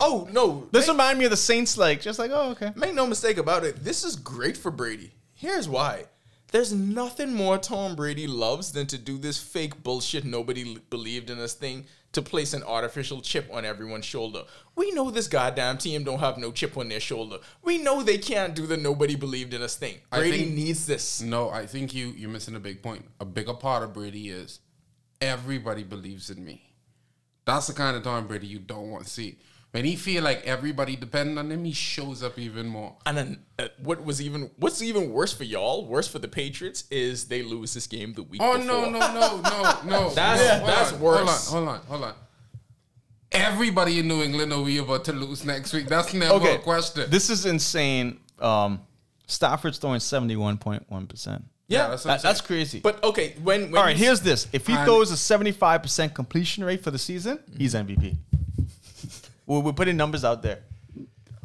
[SPEAKER 4] Oh, no.
[SPEAKER 5] This reminded me of the Saints, like just like, oh okay.
[SPEAKER 4] Make no mistake about it, this is great for Brady. Here's why. There's nothing more Tom Brady loves than to do this fake bullshit nobody l- believed in this thing to place an artificial chip on everyone's shoulder. We know this goddamn team don't have no chip on their shoulder. We know they can't do the nobody believed in us thing.
[SPEAKER 6] I
[SPEAKER 4] Brady
[SPEAKER 6] think-
[SPEAKER 4] needs this.
[SPEAKER 6] No, I think you you're missing a big point. A bigger part of Brady is everybody believes in me. That's the kind of Tom Brady you don't want to see. When he feel like everybody depending on him, he shows up even more.
[SPEAKER 4] And then uh, what was even what's even worse for y'all, worse for the Patriots is they lose this game the week
[SPEAKER 6] Oh
[SPEAKER 4] before.
[SPEAKER 6] no no no no no!
[SPEAKER 4] That's-
[SPEAKER 6] no, hold
[SPEAKER 4] that's
[SPEAKER 6] on,
[SPEAKER 4] worse.
[SPEAKER 6] Hold on, hold on, hold on. Everybody in New England know we about to lose next week. That's never
[SPEAKER 5] Okay,
[SPEAKER 6] a question.
[SPEAKER 5] This is insane. Um, Stafford's throwing seventy-one point one percent.
[SPEAKER 4] Yeah, uh,
[SPEAKER 6] that's what I'm
[SPEAKER 5] That, that's
[SPEAKER 6] saying.
[SPEAKER 5] crazy.
[SPEAKER 4] But okay, when, when
[SPEAKER 5] all right,
[SPEAKER 4] you-
[SPEAKER 5] here's this: if he
[SPEAKER 6] And-
[SPEAKER 5] throws a seventy-five percent completion rate for the season, he's MVP. we're, we're putting numbers out there.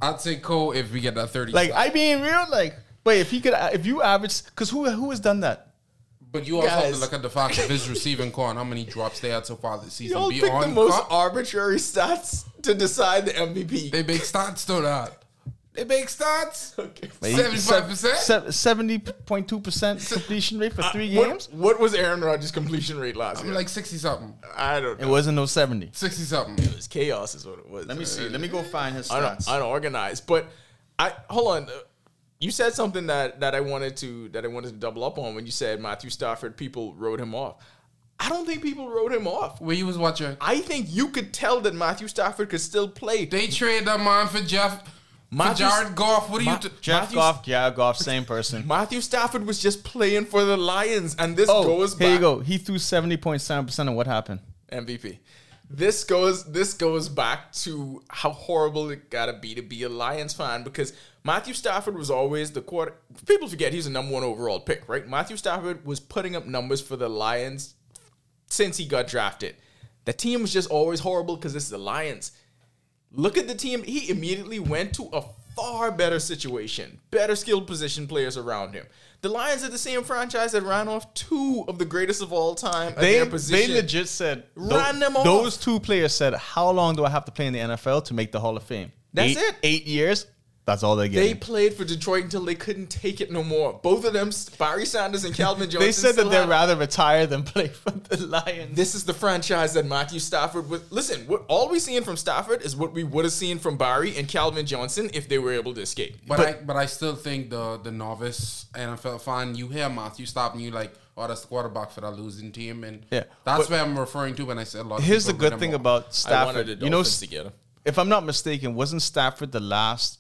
[SPEAKER 6] I'd say Cole if we get that thirty.
[SPEAKER 5] Like
[SPEAKER 6] sack.
[SPEAKER 5] I being real, like wait, if he could, uh, if you average, because who who has done that?
[SPEAKER 6] but you also have to
[SPEAKER 4] guys.
[SPEAKER 6] look at the fact of his receiving core and how many drops they had so far this season.
[SPEAKER 4] Y'all pick the
[SPEAKER 6] Beyond
[SPEAKER 4] most
[SPEAKER 6] cup,
[SPEAKER 4] arbitrary stats to decide the MVP.
[SPEAKER 6] they make stats to that. They make stats.
[SPEAKER 4] Okay.
[SPEAKER 6] Seventy-five percent.
[SPEAKER 5] Seventy point two percent completion rate for three
[SPEAKER 4] Uh, What,
[SPEAKER 5] games.
[SPEAKER 4] what was Aaron Rodgers' completion rate last
[SPEAKER 6] I'm
[SPEAKER 4] year?
[SPEAKER 6] like sixty something.
[SPEAKER 4] I don't
[SPEAKER 5] It
[SPEAKER 4] know.
[SPEAKER 5] wasn't no seventy.
[SPEAKER 6] Sixty something.
[SPEAKER 4] It was chaos, is what it was. Uh, Let
[SPEAKER 5] Let me go find his
[SPEAKER 4] Un- unorganized, but I hold on. uh, You said something that that I wanted to that I wanted to double up on when you said Matthew Stafford. People wrote him off. I don't think people wrote him off.
[SPEAKER 6] Where you was watching?
[SPEAKER 4] I think you could tell that Matthew Stafford could still play.
[SPEAKER 6] They trade that man for Jeff. For
[SPEAKER 4] Matthews-
[SPEAKER 6] Jared Goff. What do you?
[SPEAKER 4] Ma-
[SPEAKER 6] do?
[SPEAKER 5] Jeff
[SPEAKER 4] Matthew-
[SPEAKER 5] Goff, yeah, Goff, same person.
[SPEAKER 4] Matthew Stafford was just playing for the Lions, and this
[SPEAKER 5] Oh,
[SPEAKER 4] goes
[SPEAKER 5] here you
[SPEAKER 4] back
[SPEAKER 5] go. He threw seventy point seven percent, and what happened?
[SPEAKER 4] MVP. This goes this goes back to how horrible it gotta be to be a Lions fan because Matthew Stafford was always the quarter. People forget he's a number one overall pick, right? Matthew Stafford was putting up numbers for the Lions since he got drafted. The team was just always horrible because it's the Lions. Look at the team. He immediately went to a far better situation, better skilled position players around him. The Lions are the same franchise that ran off two of the greatest of all time. at
[SPEAKER 5] They
[SPEAKER 4] their position.
[SPEAKER 5] they legit said
[SPEAKER 4] Ran them off.
[SPEAKER 5] those two players said, "How long do I have to play in the NFL to make the Hall of Fame?"
[SPEAKER 4] That's
[SPEAKER 5] Eight-
[SPEAKER 4] it.
[SPEAKER 5] Eight years. That's all they get.
[SPEAKER 4] They played for Detroit until they couldn't take it no more. Both of them, Barry Sanders and Calvin Johnson.
[SPEAKER 5] They said that
[SPEAKER 4] still
[SPEAKER 5] they'd
[SPEAKER 4] had-
[SPEAKER 5] rather retire than play for the Lions.
[SPEAKER 4] This is the franchise that Matthew Stafford was. Listen, what all we seeing from Stafford is what we would have seen from Barry and Calvin Johnson if they were able to escape.
[SPEAKER 6] But, I but I still think the the novice NFL fan, you hear Matthew stop and you like, oh, that's the quarterback for that losing team, and
[SPEAKER 5] Yeah, but-
[SPEAKER 6] that's what I'm referring to when I said. A lot of
[SPEAKER 5] Here's the
[SPEAKER 6] people
[SPEAKER 5] good
[SPEAKER 6] written
[SPEAKER 5] thing
[SPEAKER 6] him off.
[SPEAKER 4] I
[SPEAKER 5] about
[SPEAKER 4] wanted the
[SPEAKER 5] Stafford.
[SPEAKER 4] Dolphins
[SPEAKER 5] You know,
[SPEAKER 4] to get him.
[SPEAKER 5] if I'm not mistaken, wasn't Stafford the last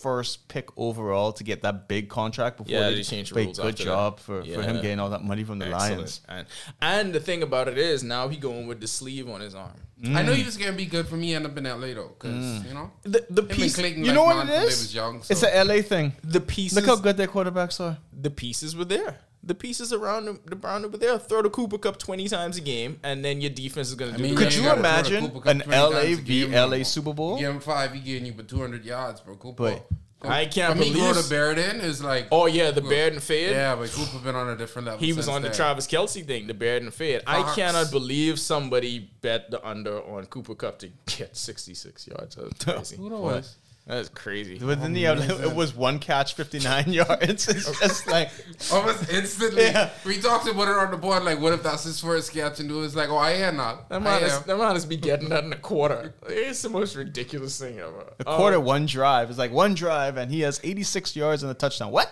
[SPEAKER 5] first pick overall to get that big contract before
[SPEAKER 4] Yeah,
[SPEAKER 5] they,
[SPEAKER 4] they changed the
[SPEAKER 5] but
[SPEAKER 4] rules
[SPEAKER 5] Good
[SPEAKER 4] after that.
[SPEAKER 5] job for, for him
[SPEAKER 4] Yeah.
[SPEAKER 5] getting all that money from the Lions.
[SPEAKER 4] And, and the thing about it is now he going with the sleeve on his arm.
[SPEAKER 5] Mm-hmm.
[SPEAKER 6] I
[SPEAKER 5] Mm.
[SPEAKER 6] know he was gonna be good for me, end up in LA though, because you know
[SPEAKER 4] The, the
[SPEAKER 6] him and
[SPEAKER 4] piece,
[SPEAKER 6] Clayton.
[SPEAKER 5] You know
[SPEAKER 6] like,
[SPEAKER 5] what it
[SPEAKER 6] man,
[SPEAKER 5] is?
[SPEAKER 6] They was young,
[SPEAKER 5] It's
[SPEAKER 6] so-
[SPEAKER 5] an LA thing.
[SPEAKER 4] the pieces, Oh,
[SPEAKER 5] Look how good their quarterbacks are.
[SPEAKER 4] the pieces were there. The pieces around him, the Brown over there. Throw the Cooper Cup twenty times a game, and then your defense is going to do.
[SPEAKER 6] mean,
[SPEAKER 4] the
[SPEAKER 5] Could
[SPEAKER 6] ain't
[SPEAKER 5] you
[SPEAKER 6] gotta throw
[SPEAKER 5] imagine
[SPEAKER 6] the Cooper Cup
[SPEAKER 5] an
[SPEAKER 6] 20
[SPEAKER 5] LA
[SPEAKER 6] times a
[SPEAKER 5] v.
[SPEAKER 6] game
[SPEAKER 5] LA
[SPEAKER 6] no more.
[SPEAKER 5] Super Bowl?
[SPEAKER 6] Give him five, he getting you but 200 yards, bro. Cooper.
[SPEAKER 5] But
[SPEAKER 6] Cooper-
[SPEAKER 4] I can't
[SPEAKER 6] for me,
[SPEAKER 4] believe-
[SPEAKER 6] Grow to bear it in is like,
[SPEAKER 4] Oh yeah, the Baird and Fed.
[SPEAKER 6] yeah, but Cooper been on a different level.
[SPEAKER 4] He was
[SPEAKER 6] since
[SPEAKER 4] on the
[SPEAKER 6] then.
[SPEAKER 4] Travis Kelsey thing, the Baird and Fed. I
[SPEAKER 6] Fox.
[SPEAKER 4] cannot believe somebody bet the under on Cooper Cup to get 66 yards. That's crazy.
[SPEAKER 6] Who knows?
[SPEAKER 4] That's crazy.
[SPEAKER 5] Within the it was one catch, 59 yards. It's just like,
[SPEAKER 6] Almost instantly.
[SPEAKER 5] Yeah.
[SPEAKER 6] We talked about it on the board, like, what if that's his first catch? And it was like, oh, I am not.
[SPEAKER 4] That
[SPEAKER 6] I
[SPEAKER 4] man, is,
[SPEAKER 6] am.
[SPEAKER 4] that man is be getting that in a quarter. It's the most ridiculous thing ever. Um,
[SPEAKER 5] a quarter, one drive. It's like one drive, and he has 86 yards and a touchdown. What?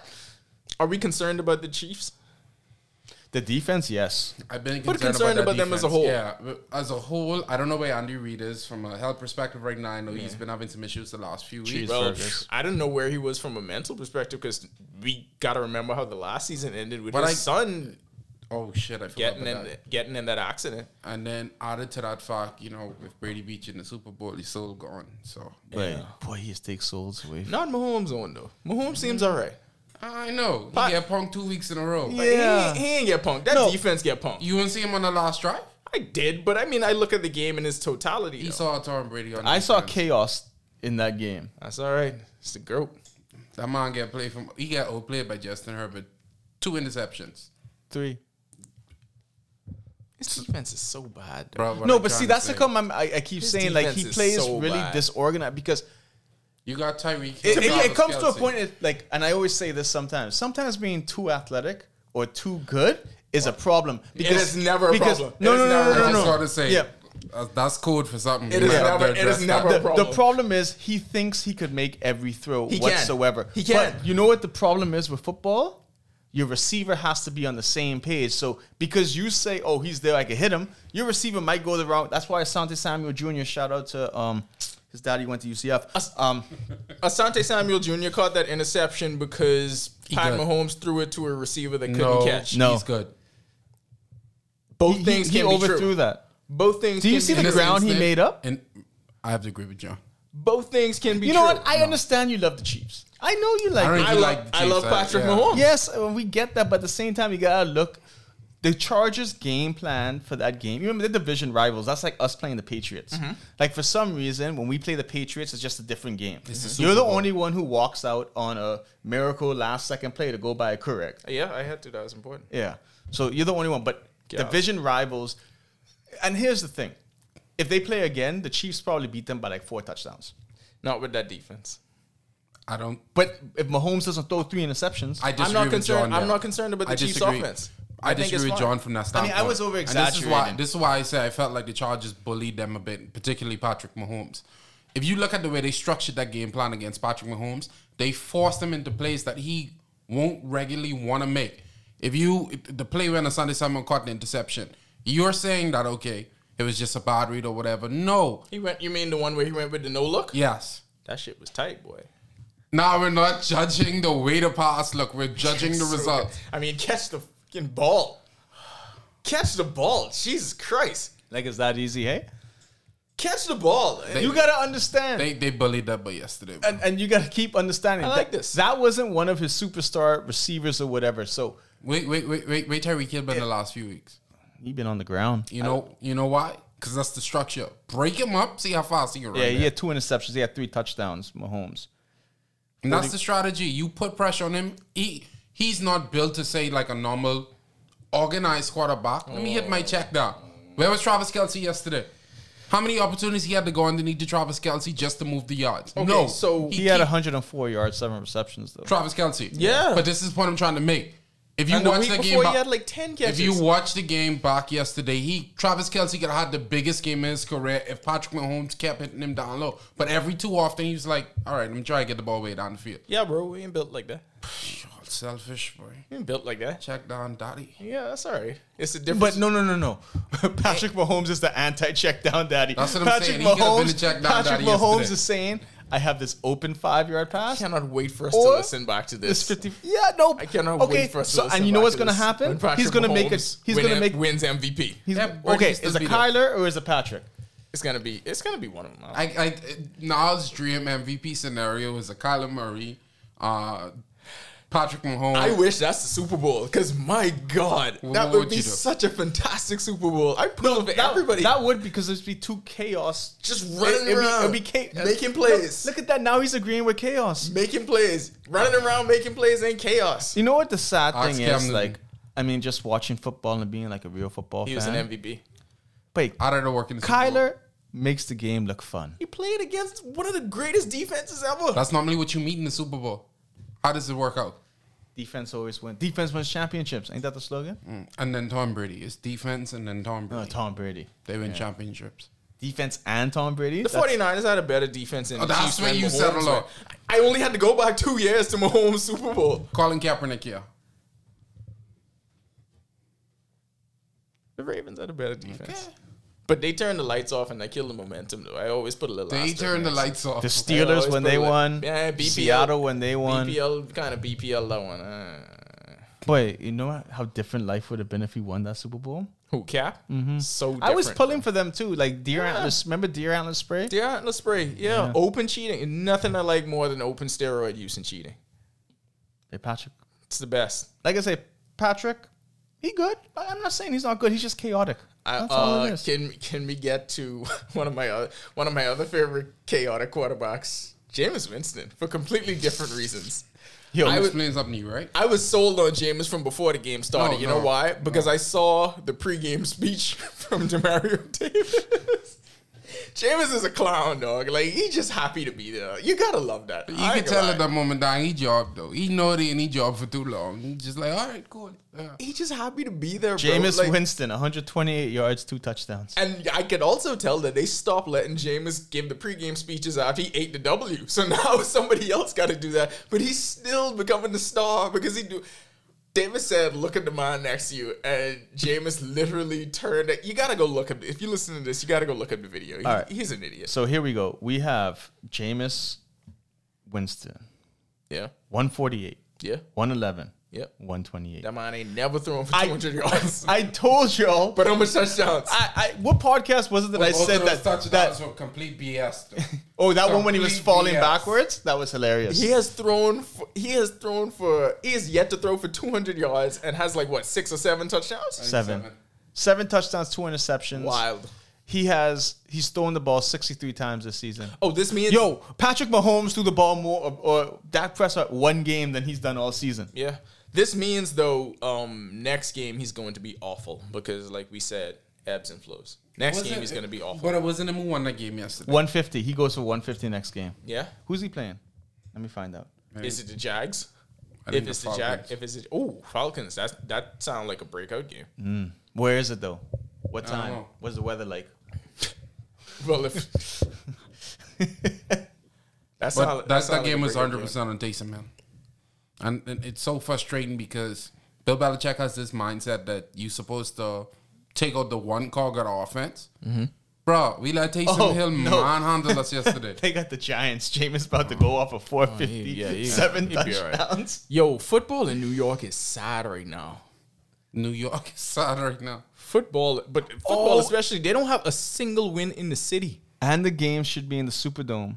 [SPEAKER 4] Are we concerned about the Chiefs?
[SPEAKER 5] The defense, yes.
[SPEAKER 6] I've been
[SPEAKER 4] But
[SPEAKER 6] concerned,
[SPEAKER 4] concerned
[SPEAKER 6] about, that
[SPEAKER 4] about them as a
[SPEAKER 6] defense.
[SPEAKER 4] whole.
[SPEAKER 6] Yeah, but as a whole, I don't know where Andy Reid is from a health perspective right now. I know he's been having some issues the last few weeks.
[SPEAKER 4] Well,
[SPEAKER 5] Fergus.
[SPEAKER 4] I don't know where he was from a mental perspective because we got to remember how the last season ended with
[SPEAKER 6] But
[SPEAKER 4] his
[SPEAKER 6] I-
[SPEAKER 4] son
[SPEAKER 6] oh shit, I forgot
[SPEAKER 4] getting
[SPEAKER 6] about
[SPEAKER 4] in
[SPEAKER 6] that.
[SPEAKER 4] getting in that accident.
[SPEAKER 6] And then added to that fact, you know, with Brady Beach in the Super Bowl, he's still gone. So
[SPEAKER 5] But boy, he just takes souls away.
[SPEAKER 4] Not Mahomes on though. Mahomes seems all right.
[SPEAKER 6] I know
[SPEAKER 4] But-
[SPEAKER 6] he got punked two weeks in a row.
[SPEAKER 4] Like,
[SPEAKER 5] Yeah.
[SPEAKER 4] he, ain't- he ain't get punked. That
[SPEAKER 5] No.
[SPEAKER 4] defense get punked.
[SPEAKER 6] You wouldn't see him on the last drive.
[SPEAKER 4] I did, but I mean, I look at the game in its totality.
[SPEAKER 6] He
[SPEAKER 4] though.
[SPEAKER 6] saw Tom Brady on.
[SPEAKER 5] I saw
[SPEAKER 6] defense.
[SPEAKER 5] chaos in that game.
[SPEAKER 4] That's all right. It's the GOAT.
[SPEAKER 6] that man get played from. He got outplayed by Justin Herbert. Two interceptions.
[SPEAKER 5] Three.
[SPEAKER 4] His defense is so bad. though.
[SPEAKER 6] Bro, what
[SPEAKER 5] No,
[SPEAKER 6] I'm
[SPEAKER 5] but
[SPEAKER 6] trying
[SPEAKER 5] see,
[SPEAKER 6] to
[SPEAKER 5] that's the
[SPEAKER 6] say.
[SPEAKER 5] come I'm, I, I keep
[SPEAKER 4] His
[SPEAKER 5] saying like he
[SPEAKER 4] defense is
[SPEAKER 5] plays
[SPEAKER 4] so
[SPEAKER 5] really
[SPEAKER 4] bad.
[SPEAKER 5] disorganized because
[SPEAKER 6] You got Tyreek.
[SPEAKER 5] it,
[SPEAKER 6] Hill,
[SPEAKER 5] it- it
[SPEAKER 6] Travis
[SPEAKER 5] comes to a
[SPEAKER 6] Kelce.
[SPEAKER 5] point it, like and i always say this sometimes sometimes being too athletic or too good is a problem
[SPEAKER 4] is never a problem.
[SPEAKER 5] no
[SPEAKER 4] It
[SPEAKER 5] no
[SPEAKER 4] is
[SPEAKER 5] no
[SPEAKER 4] never-
[SPEAKER 5] no
[SPEAKER 6] I
[SPEAKER 5] no,
[SPEAKER 6] just
[SPEAKER 5] no.
[SPEAKER 6] gotta say,
[SPEAKER 5] yeah
[SPEAKER 6] uh, that's code for something.
[SPEAKER 4] It
[SPEAKER 6] You
[SPEAKER 4] is
[SPEAKER 6] might have to
[SPEAKER 4] never- it
[SPEAKER 6] address
[SPEAKER 4] is never
[SPEAKER 6] that.
[SPEAKER 4] a
[SPEAKER 5] the
[SPEAKER 4] problem.
[SPEAKER 5] problem is he thinks he could make every throw
[SPEAKER 4] He can.
[SPEAKER 5] whatsoever
[SPEAKER 4] He can.
[SPEAKER 5] but you know what the problem is with football your receiver has to be on the same page. So because you say, "Oh, he's there, I can hit him," your receiver might go the wrong. That's why Asante Samuel Jr. Shout out to um, his daddy went to UCF. Um,
[SPEAKER 4] Asante Samuel Jr. caught that interception because Pat
[SPEAKER 6] got-
[SPEAKER 4] Mahomes threw it to a receiver that couldn't
[SPEAKER 6] No,
[SPEAKER 4] catch.
[SPEAKER 5] No.
[SPEAKER 6] he's good.
[SPEAKER 4] Both
[SPEAKER 5] he,
[SPEAKER 4] things
[SPEAKER 5] he, he
[SPEAKER 4] can be
[SPEAKER 5] overthrew
[SPEAKER 4] true.
[SPEAKER 5] that.
[SPEAKER 4] Both things.
[SPEAKER 5] Do you
[SPEAKER 4] can
[SPEAKER 5] see
[SPEAKER 4] be
[SPEAKER 5] the
[SPEAKER 4] true.
[SPEAKER 5] ground he
[SPEAKER 6] Instant-
[SPEAKER 5] made up?
[SPEAKER 6] And I have to agree with John.
[SPEAKER 4] Both things can be.
[SPEAKER 5] You know
[SPEAKER 4] true.
[SPEAKER 5] what? I understand you love the Chiefs. I know you like.
[SPEAKER 6] I don't
[SPEAKER 5] them.
[SPEAKER 4] I,
[SPEAKER 6] You
[SPEAKER 4] lo-
[SPEAKER 6] like the
[SPEAKER 4] I love
[SPEAKER 6] Chiefs, uh,
[SPEAKER 4] Patrick
[SPEAKER 6] yeah.
[SPEAKER 4] Mahomes.
[SPEAKER 5] yes, uh, we get that, but at the same time, you gotta look. The Chargers' game plan for that game. You remember they're division rivals. That's like us playing the Patriots.
[SPEAKER 6] Mm-hmm.
[SPEAKER 5] Like for some reason, when we play the Patriots, it's just a different game. Mm-hmm.
[SPEAKER 6] It's the
[SPEAKER 5] You're
[SPEAKER 6] Super
[SPEAKER 5] the
[SPEAKER 6] Bowl.
[SPEAKER 5] only one who walks out on a miracle last second play to go by a correct.
[SPEAKER 4] Yeah, I had to. That was important.
[SPEAKER 5] Yeah. So you're the only one. But
[SPEAKER 4] Yeah.
[SPEAKER 5] division rivals. And here's the thing: if they play again, the Chiefs probably beat them by like four touchdowns.
[SPEAKER 4] Not with that defense.
[SPEAKER 6] I don't.
[SPEAKER 5] But if Mahomes doesn't throw three interceptions,
[SPEAKER 6] I disagree
[SPEAKER 4] I'm not
[SPEAKER 6] with
[SPEAKER 4] concerned.
[SPEAKER 6] John.
[SPEAKER 4] I'm
[SPEAKER 6] there.
[SPEAKER 4] not concerned about the
[SPEAKER 6] I
[SPEAKER 4] Chiefs'
[SPEAKER 6] disagree.
[SPEAKER 4] offense.
[SPEAKER 6] I,
[SPEAKER 4] I think
[SPEAKER 6] disagree
[SPEAKER 4] it's
[SPEAKER 6] with
[SPEAKER 4] fine.
[SPEAKER 6] John from that
[SPEAKER 5] I mean,
[SPEAKER 6] standpoint.
[SPEAKER 5] I was over
[SPEAKER 6] And This is why.
[SPEAKER 5] exaggerating.
[SPEAKER 6] This is why I say I felt like the Chargers bullied them a bit, particularly Patrick Mahomes. If you look at the way they structured that game plan against Patrick Mahomes, they forced him into plays that he won't regularly want to make. If you the play when Sunday Simon caught an interception, you're saying that okay, it was just a bad read or whatever. No,
[SPEAKER 4] He went. You mean the one where he went with the no look?
[SPEAKER 6] yes.
[SPEAKER 4] That shit was tight, boy.
[SPEAKER 6] Now we're not judging the way the pass look. We're judging the
[SPEAKER 4] So good.
[SPEAKER 6] results.
[SPEAKER 4] I mean, catch the fucking ball. Catch the ball. Jesus Christ.
[SPEAKER 5] like it's that easy, hey?
[SPEAKER 4] Catch the ball.
[SPEAKER 5] You gotta understand,
[SPEAKER 6] They they bullied that boy yesterday. bro.
[SPEAKER 5] and, and you gotta keep understanding.
[SPEAKER 4] I like
[SPEAKER 5] that,
[SPEAKER 4] this.
[SPEAKER 5] That wasn't one of his superstar receivers or whatever. So
[SPEAKER 6] Wait, wait, wait, wait, wait! Tyreek Hill been the last few weeks.
[SPEAKER 5] he been on the ground.
[SPEAKER 6] You know, you know why? Because that's the structure. Break him up, see how fast he can run.
[SPEAKER 5] Yeah, he
[SPEAKER 6] yeah.
[SPEAKER 5] had two interceptions. He had three touchdowns. Mahomes.
[SPEAKER 6] And that's the strategy. You put pressure on him. He he's not built to say like a normal, organized quarterback. Let me hit my check down. Where was Travis Kelsey yesterday? How many opportunities he had to go underneath to Travis Kelsey just to move the yards? no,
[SPEAKER 4] so-
[SPEAKER 5] He,
[SPEAKER 6] he,
[SPEAKER 5] had
[SPEAKER 6] keep-
[SPEAKER 5] 104 yards, seven receptions though.
[SPEAKER 6] Travis Kelsey.
[SPEAKER 4] Yeah.
[SPEAKER 6] but this is what I'm trying to make. If you
[SPEAKER 4] And the
[SPEAKER 6] watch
[SPEAKER 4] week
[SPEAKER 6] the, game,
[SPEAKER 4] before,
[SPEAKER 6] back-
[SPEAKER 4] he had like 10 catches.
[SPEAKER 6] If you watch the game back yesterday, he Travis Kelsey could have had the biggest game in his career if Patrick Mahomes kept hitting him down low. But every too often he was like, All right, I'm trying to get the ball way down the field.
[SPEAKER 4] yeah, bro, we ain't built like that.
[SPEAKER 6] God, selfish boy.
[SPEAKER 4] We ain't built like that.
[SPEAKER 6] Check down daddy.
[SPEAKER 4] Yeah, that's all right. It's a different.
[SPEAKER 5] But no, no, no, no. Patrick Mahomes is the anti-check down daddy.
[SPEAKER 6] That's what I'm
[SPEAKER 5] Patrick
[SPEAKER 6] saying. He could have
[SPEAKER 5] Mahomes.
[SPEAKER 6] been the check down
[SPEAKER 5] Patrick
[SPEAKER 6] daddy
[SPEAKER 5] Mahomes
[SPEAKER 6] yesterday.
[SPEAKER 5] is saying, "I have this open five-yard
[SPEAKER 4] I
[SPEAKER 5] pass.
[SPEAKER 4] cannot wait for us to
[SPEAKER 5] Or
[SPEAKER 4] listen back to
[SPEAKER 5] This
[SPEAKER 4] this.
[SPEAKER 5] 50. Yeah, no.
[SPEAKER 4] I cannot wait for us
[SPEAKER 5] so,
[SPEAKER 4] to listen
[SPEAKER 5] And you know
[SPEAKER 4] back
[SPEAKER 5] what's
[SPEAKER 4] to
[SPEAKER 5] gonna
[SPEAKER 4] this. When
[SPEAKER 5] happen?
[SPEAKER 4] Patrick
[SPEAKER 5] He's gonna make it.
[SPEAKER 4] Mahomes
[SPEAKER 5] He's
[SPEAKER 4] win
[SPEAKER 5] gonna
[SPEAKER 4] it-
[SPEAKER 5] make.
[SPEAKER 4] wins MVP.
[SPEAKER 5] He's,
[SPEAKER 6] Yeah, but
[SPEAKER 5] okay,
[SPEAKER 6] he's still
[SPEAKER 5] is it
[SPEAKER 6] beat him.
[SPEAKER 5] Kyler or is it Patrick?
[SPEAKER 4] It's gonna be. It's gonna be one of them.
[SPEAKER 6] I, I Nas' dream MVP scenario was a Kyler Murray, uh, Patrick Mahomes.
[SPEAKER 4] I wish that's the Super Bowl because my God, that
[SPEAKER 6] what
[SPEAKER 4] would
[SPEAKER 6] would
[SPEAKER 4] be
[SPEAKER 6] you do?
[SPEAKER 4] such a fantastic Super Bowl. I put no, for
[SPEAKER 5] That-
[SPEAKER 4] everybody.
[SPEAKER 5] That would because it'd be too chaos.
[SPEAKER 4] just running
[SPEAKER 5] it'd be-
[SPEAKER 4] around,
[SPEAKER 5] it'd be cha-
[SPEAKER 4] making plays,
[SPEAKER 5] Look at that. Now he's agreeing with chaos.
[SPEAKER 4] making plays, running around, making plays in chaos.
[SPEAKER 5] You know what the sad
[SPEAKER 6] Ask
[SPEAKER 5] thing
[SPEAKER 6] Cam
[SPEAKER 5] is?
[SPEAKER 6] Newton.
[SPEAKER 5] Like, I mean, just watching football and being like a real football
[SPEAKER 4] He
[SPEAKER 5] fan.
[SPEAKER 4] was an MVP.
[SPEAKER 5] Wait,
[SPEAKER 6] I don't know working.
[SPEAKER 5] Kyler makes the game look fun.
[SPEAKER 4] He played against one of the greatest defenses ever.
[SPEAKER 6] That's normally what you meet in the Super Bowl. How does it work out?
[SPEAKER 5] Defense always wins. Defense wins championships. Ain't that the slogan?
[SPEAKER 4] Mm.
[SPEAKER 6] And then Tom Brady. It's defense and then Tom
[SPEAKER 5] No,
[SPEAKER 6] Brady.
[SPEAKER 5] Tom Brady.
[SPEAKER 6] they win championships.
[SPEAKER 5] Defense and Tom Brady.
[SPEAKER 4] the
[SPEAKER 5] That's-
[SPEAKER 4] 49ers had a better defense in
[SPEAKER 6] Oh,
[SPEAKER 4] the
[SPEAKER 6] that's
[SPEAKER 4] Chiefs
[SPEAKER 6] where
[SPEAKER 4] than
[SPEAKER 6] you
[SPEAKER 4] Mahomes
[SPEAKER 6] settle
[SPEAKER 4] had.
[SPEAKER 6] up.
[SPEAKER 4] I only had to go back two years to Mahomes Super Bowl.
[SPEAKER 6] Colin Kaepernick, yeah.
[SPEAKER 4] The Ravens had a better defense. But they turned the lights off and I killed the momentum, though. I always put a little.
[SPEAKER 6] They
[SPEAKER 4] asterisk
[SPEAKER 6] turned the
[SPEAKER 4] next.
[SPEAKER 6] lights off.
[SPEAKER 5] The
[SPEAKER 4] I always
[SPEAKER 5] Steelers when
[SPEAKER 4] put
[SPEAKER 5] they
[SPEAKER 4] a little-
[SPEAKER 5] won.
[SPEAKER 4] Yeah, BPL.
[SPEAKER 5] Seattle when they won.
[SPEAKER 4] BPL, kind of BPL that one. Uh,
[SPEAKER 5] Boy, you know how different life would have been if he won that Super Bowl?
[SPEAKER 4] who, Cap? Mm-hmm. So different,
[SPEAKER 5] I was pulling
[SPEAKER 4] bro.
[SPEAKER 5] for them too. Like deer antlers. Remember deer antlers spray?
[SPEAKER 4] Yeah, let's spray. Yeah, open cheating. Nothing I like more than open steroid use and cheating.
[SPEAKER 5] Hey, Patrick.
[SPEAKER 4] It's the best.
[SPEAKER 5] Like I say, Patrick, he good. I- I'm not saying he's not good. He's just chaotic.
[SPEAKER 4] I,
[SPEAKER 5] That's all it
[SPEAKER 4] uh,
[SPEAKER 5] is.
[SPEAKER 4] can can we get to one of my other one of my other favorite chaotic quarterbacks, Jameis Winston, for completely different reasons.
[SPEAKER 5] Yo,
[SPEAKER 4] I
[SPEAKER 6] I
[SPEAKER 4] was-
[SPEAKER 6] explain something to you, right?
[SPEAKER 4] I was sold on Jameis from before the game started.
[SPEAKER 6] No,
[SPEAKER 4] you know
[SPEAKER 6] Oh, no,
[SPEAKER 4] why? Because I saw the pregame speech from Demario Davis. Jameis is a clown, dog. Like he's just happy to be there. You gotta love that.
[SPEAKER 6] You can tell at that moment, dying he job though. He know it ain't he job for too long. He just like, all right, cool. Yeah.
[SPEAKER 4] He's just happy to be there. bro.
[SPEAKER 5] Jameis
[SPEAKER 4] Like,
[SPEAKER 5] Winston, 128 yards, two touchdowns.
[SPEAKER 4] And I could also tell that they stopped letting Jameis give the pregame speeches after he ate the W. So now somebody else got to do that. But he's still becoming the star because he do. Davis said, "Look at the man next to you," and Jameis literally turned. It. You gotta go look at. If you listen to this, you gotta go look at the video. He-
[SPEAKER 5] Alright.
[SPEAKER 4] He's an idiot.
[SPEAKER 5] So here we go. We have Jameis Winston,
[SPEAKER 4] Yeah,
[SPEAKER 5] 148,
[SPEAKER 4] yeah,
[SPEAKER 5] 111,
[SPEAKER 4] yeah.
[SPEAKER 5] 128.
[SPEAKER 4] That man ain't never thrown for 200 yards,
[SPEAKER 5] I told y'all.
[SPEAKER 4] but how much touchdowns?
[SPEAKER 5] I, I, what podcast was it that I
[SPEAKER 6] Both of
[SPEAKER 5] said
[SPEAKER 6] those
[SPEAKER 5] that?
[SPEAKER 6] touchdowns
[SPEAKER 5] that
[SPEAKER 6] were complete BS. though.
[SPEAKER 5] oh, that one when he was
[SPEAKER 6] complete
[SPEAKER 5] falling
[SPEAKER 6] BS.
[SPEAKER 5] backwards? That was hilarious.
[SPEAKER 4] He has thrown. For, he has thrown for. He is yet to throw for 200 yards and has like what six or seven touchdowns.
[SPEAKER 5] Seven.
[SPEAKER 6] Seven.
[SPEAKER 5] Seven touchdowns, two interceptions.
[SPEAKER 4] Wild.
[SPEAKER 5] He has he's thrown the ball 63 times this season.
[SPEAKER 4] Oh, this means
[SPEAKER 5] Yo, Patrick Mahomes threw the ball more or, or Dak Prescott one game than he's done all season.
[SPEAKER 4] Yeah, this means though. Um, next game he's going to be awful because, like we said, ebbs and flows. Next
[SPEAKER 6] Wasn't
[SPEAKER 4] game he's
[SPEAKER 6] it-
[SPEAKER 4] going to be awful.
[SPEAKER 6] But uh, it wasn't him who won that game yesterday.
[SPEAKER 5] 150. He goes for 150 next game.
[SPEAKER 4] yeah,
[SPEAKER 5] Who's he playing? Let me find out.
[SPEAKER 4] is it the Jags?
[SPEAKER 6] I think
[SPEAKER 4] If it's
[SPEAKER 6] the
[SPEAKER 4] the Jag,
[SPEAKER 6] Falcons.
[SPEAKER 4] if it's oh Falcons, that's that sound like a breakout game.
[SPEAKER 6] Mm.
[SPEAKER 5] Where is it though? What
[SPEAKER 6] don't
[SPEAKER 5] time?
[SPEAKER 6] know.
[SPEAKER 5] What's the weather like?
[SPEAKER 4] Well, if that's
[SPEAKER 6] But
[SPEAKER 4] how,
[SPEAKER 6] that, that, game was 100 percent on Taysom Hill, and, and it's so frustrating because Bill Belichick has this mindset that you're supposed to take out the one cog of offense. Bro, we let Taysom
[SPEAKER 5] Mm-hmm. Oh,
[SPEAKER 6] Hill
[SPEAKER 5] no.
[SPEAKER 6] manhandle us yesterday.
[SPEAKER 5] They got the Giants. Jameis about to go off of 450,
[SPEAKER 4] Oh, yeah, he-
[SPEAKER 5] seven
[SPEAKER 4] he'd be all right.
[SPEAKER 5] touchdowns.
[SPEAKER 4] Yo, football in New York is sad right now.
[SPEAKER 6] New York is sad right now.
[SPEAKER 4] Football, but football
[SPEAKER 5] Oh.
[SPEAKER 4] especially, they don't have a single win in the city.
[SPEAKER 5] And the game should be in the Superdome.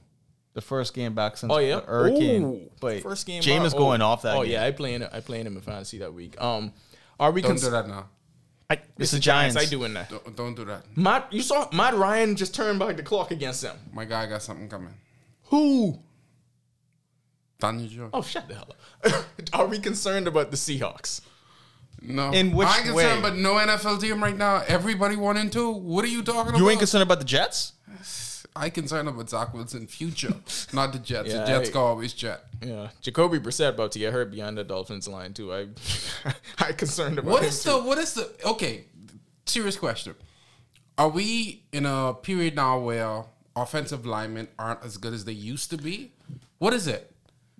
[SPEAKER 5] The first game back since
[SPEAKER 4] Oh yeah,
[SPEAKER 5] the Hurricane. But
[SPEAKER 4] first game.
[SPEAKER 5] Jameis
[SPEAKER 4] uh,
[SPEAKER 5] going
[SPEAKER 4] oh.
[SPEAKER 5] off that
[SPEAKER 4] Oh
[SPEAKER 5] game.
[SPEAKER 4] yeah, I play in. I play in him in fantasy that week. Um, are we?
[SPEAKER 6] Don't
[SPEAKER 4] Cons-
[SPEAKER 6] do that now.
[SPEAKER 4] I,
[SPEAKER 5] It's the Giants.
[SPEAKER 4] I do in that.
[SPEAKER 6] Don't, don't do that.
[SPEAKER 4] Matt, you saw Matt Ryan just turned back the clock against them.
[SPEAKER 6] My guy got something coming.
[SPEAKER 4] Who?
[SPEAKER 6] Daniel Jones.
[SPEAKER 4] Oh, shut the hell up. are we concerned about the Seahawks?
[SPEAKER 6] No.
[SPEAKER 5] In which
[SPEAKER 6] I ain't concerned,
[SPEAKER 5] way?
[SPEAKER 6] but no NFL team right now. Everybody one and two. What are you talking about?
[SPEAKER 5] You ain't concerned about the Jets?
[SPEAKER 6] I concerned about Zach Wilson future, not the Jets.
[SPEAKER 4] Yeah,
[SPEAKER 6] the Jets
[SPEAKER 4] I-
[SPEAKER 6] go always jet.
[SPEAKER 4] Yeah, Jacoby Brissett about to get hurt behind the Dolphins line too. I, I concerned about
[SPEAKER 6] What
[SPEAKER 4] him,
[SPEAKER 6] is
[SPEAKER 4] too.
[SPEAKER 6] the what is the okay? Serious question: Are we in a period now where offensive linemen aren't as good as they used to be? What is it?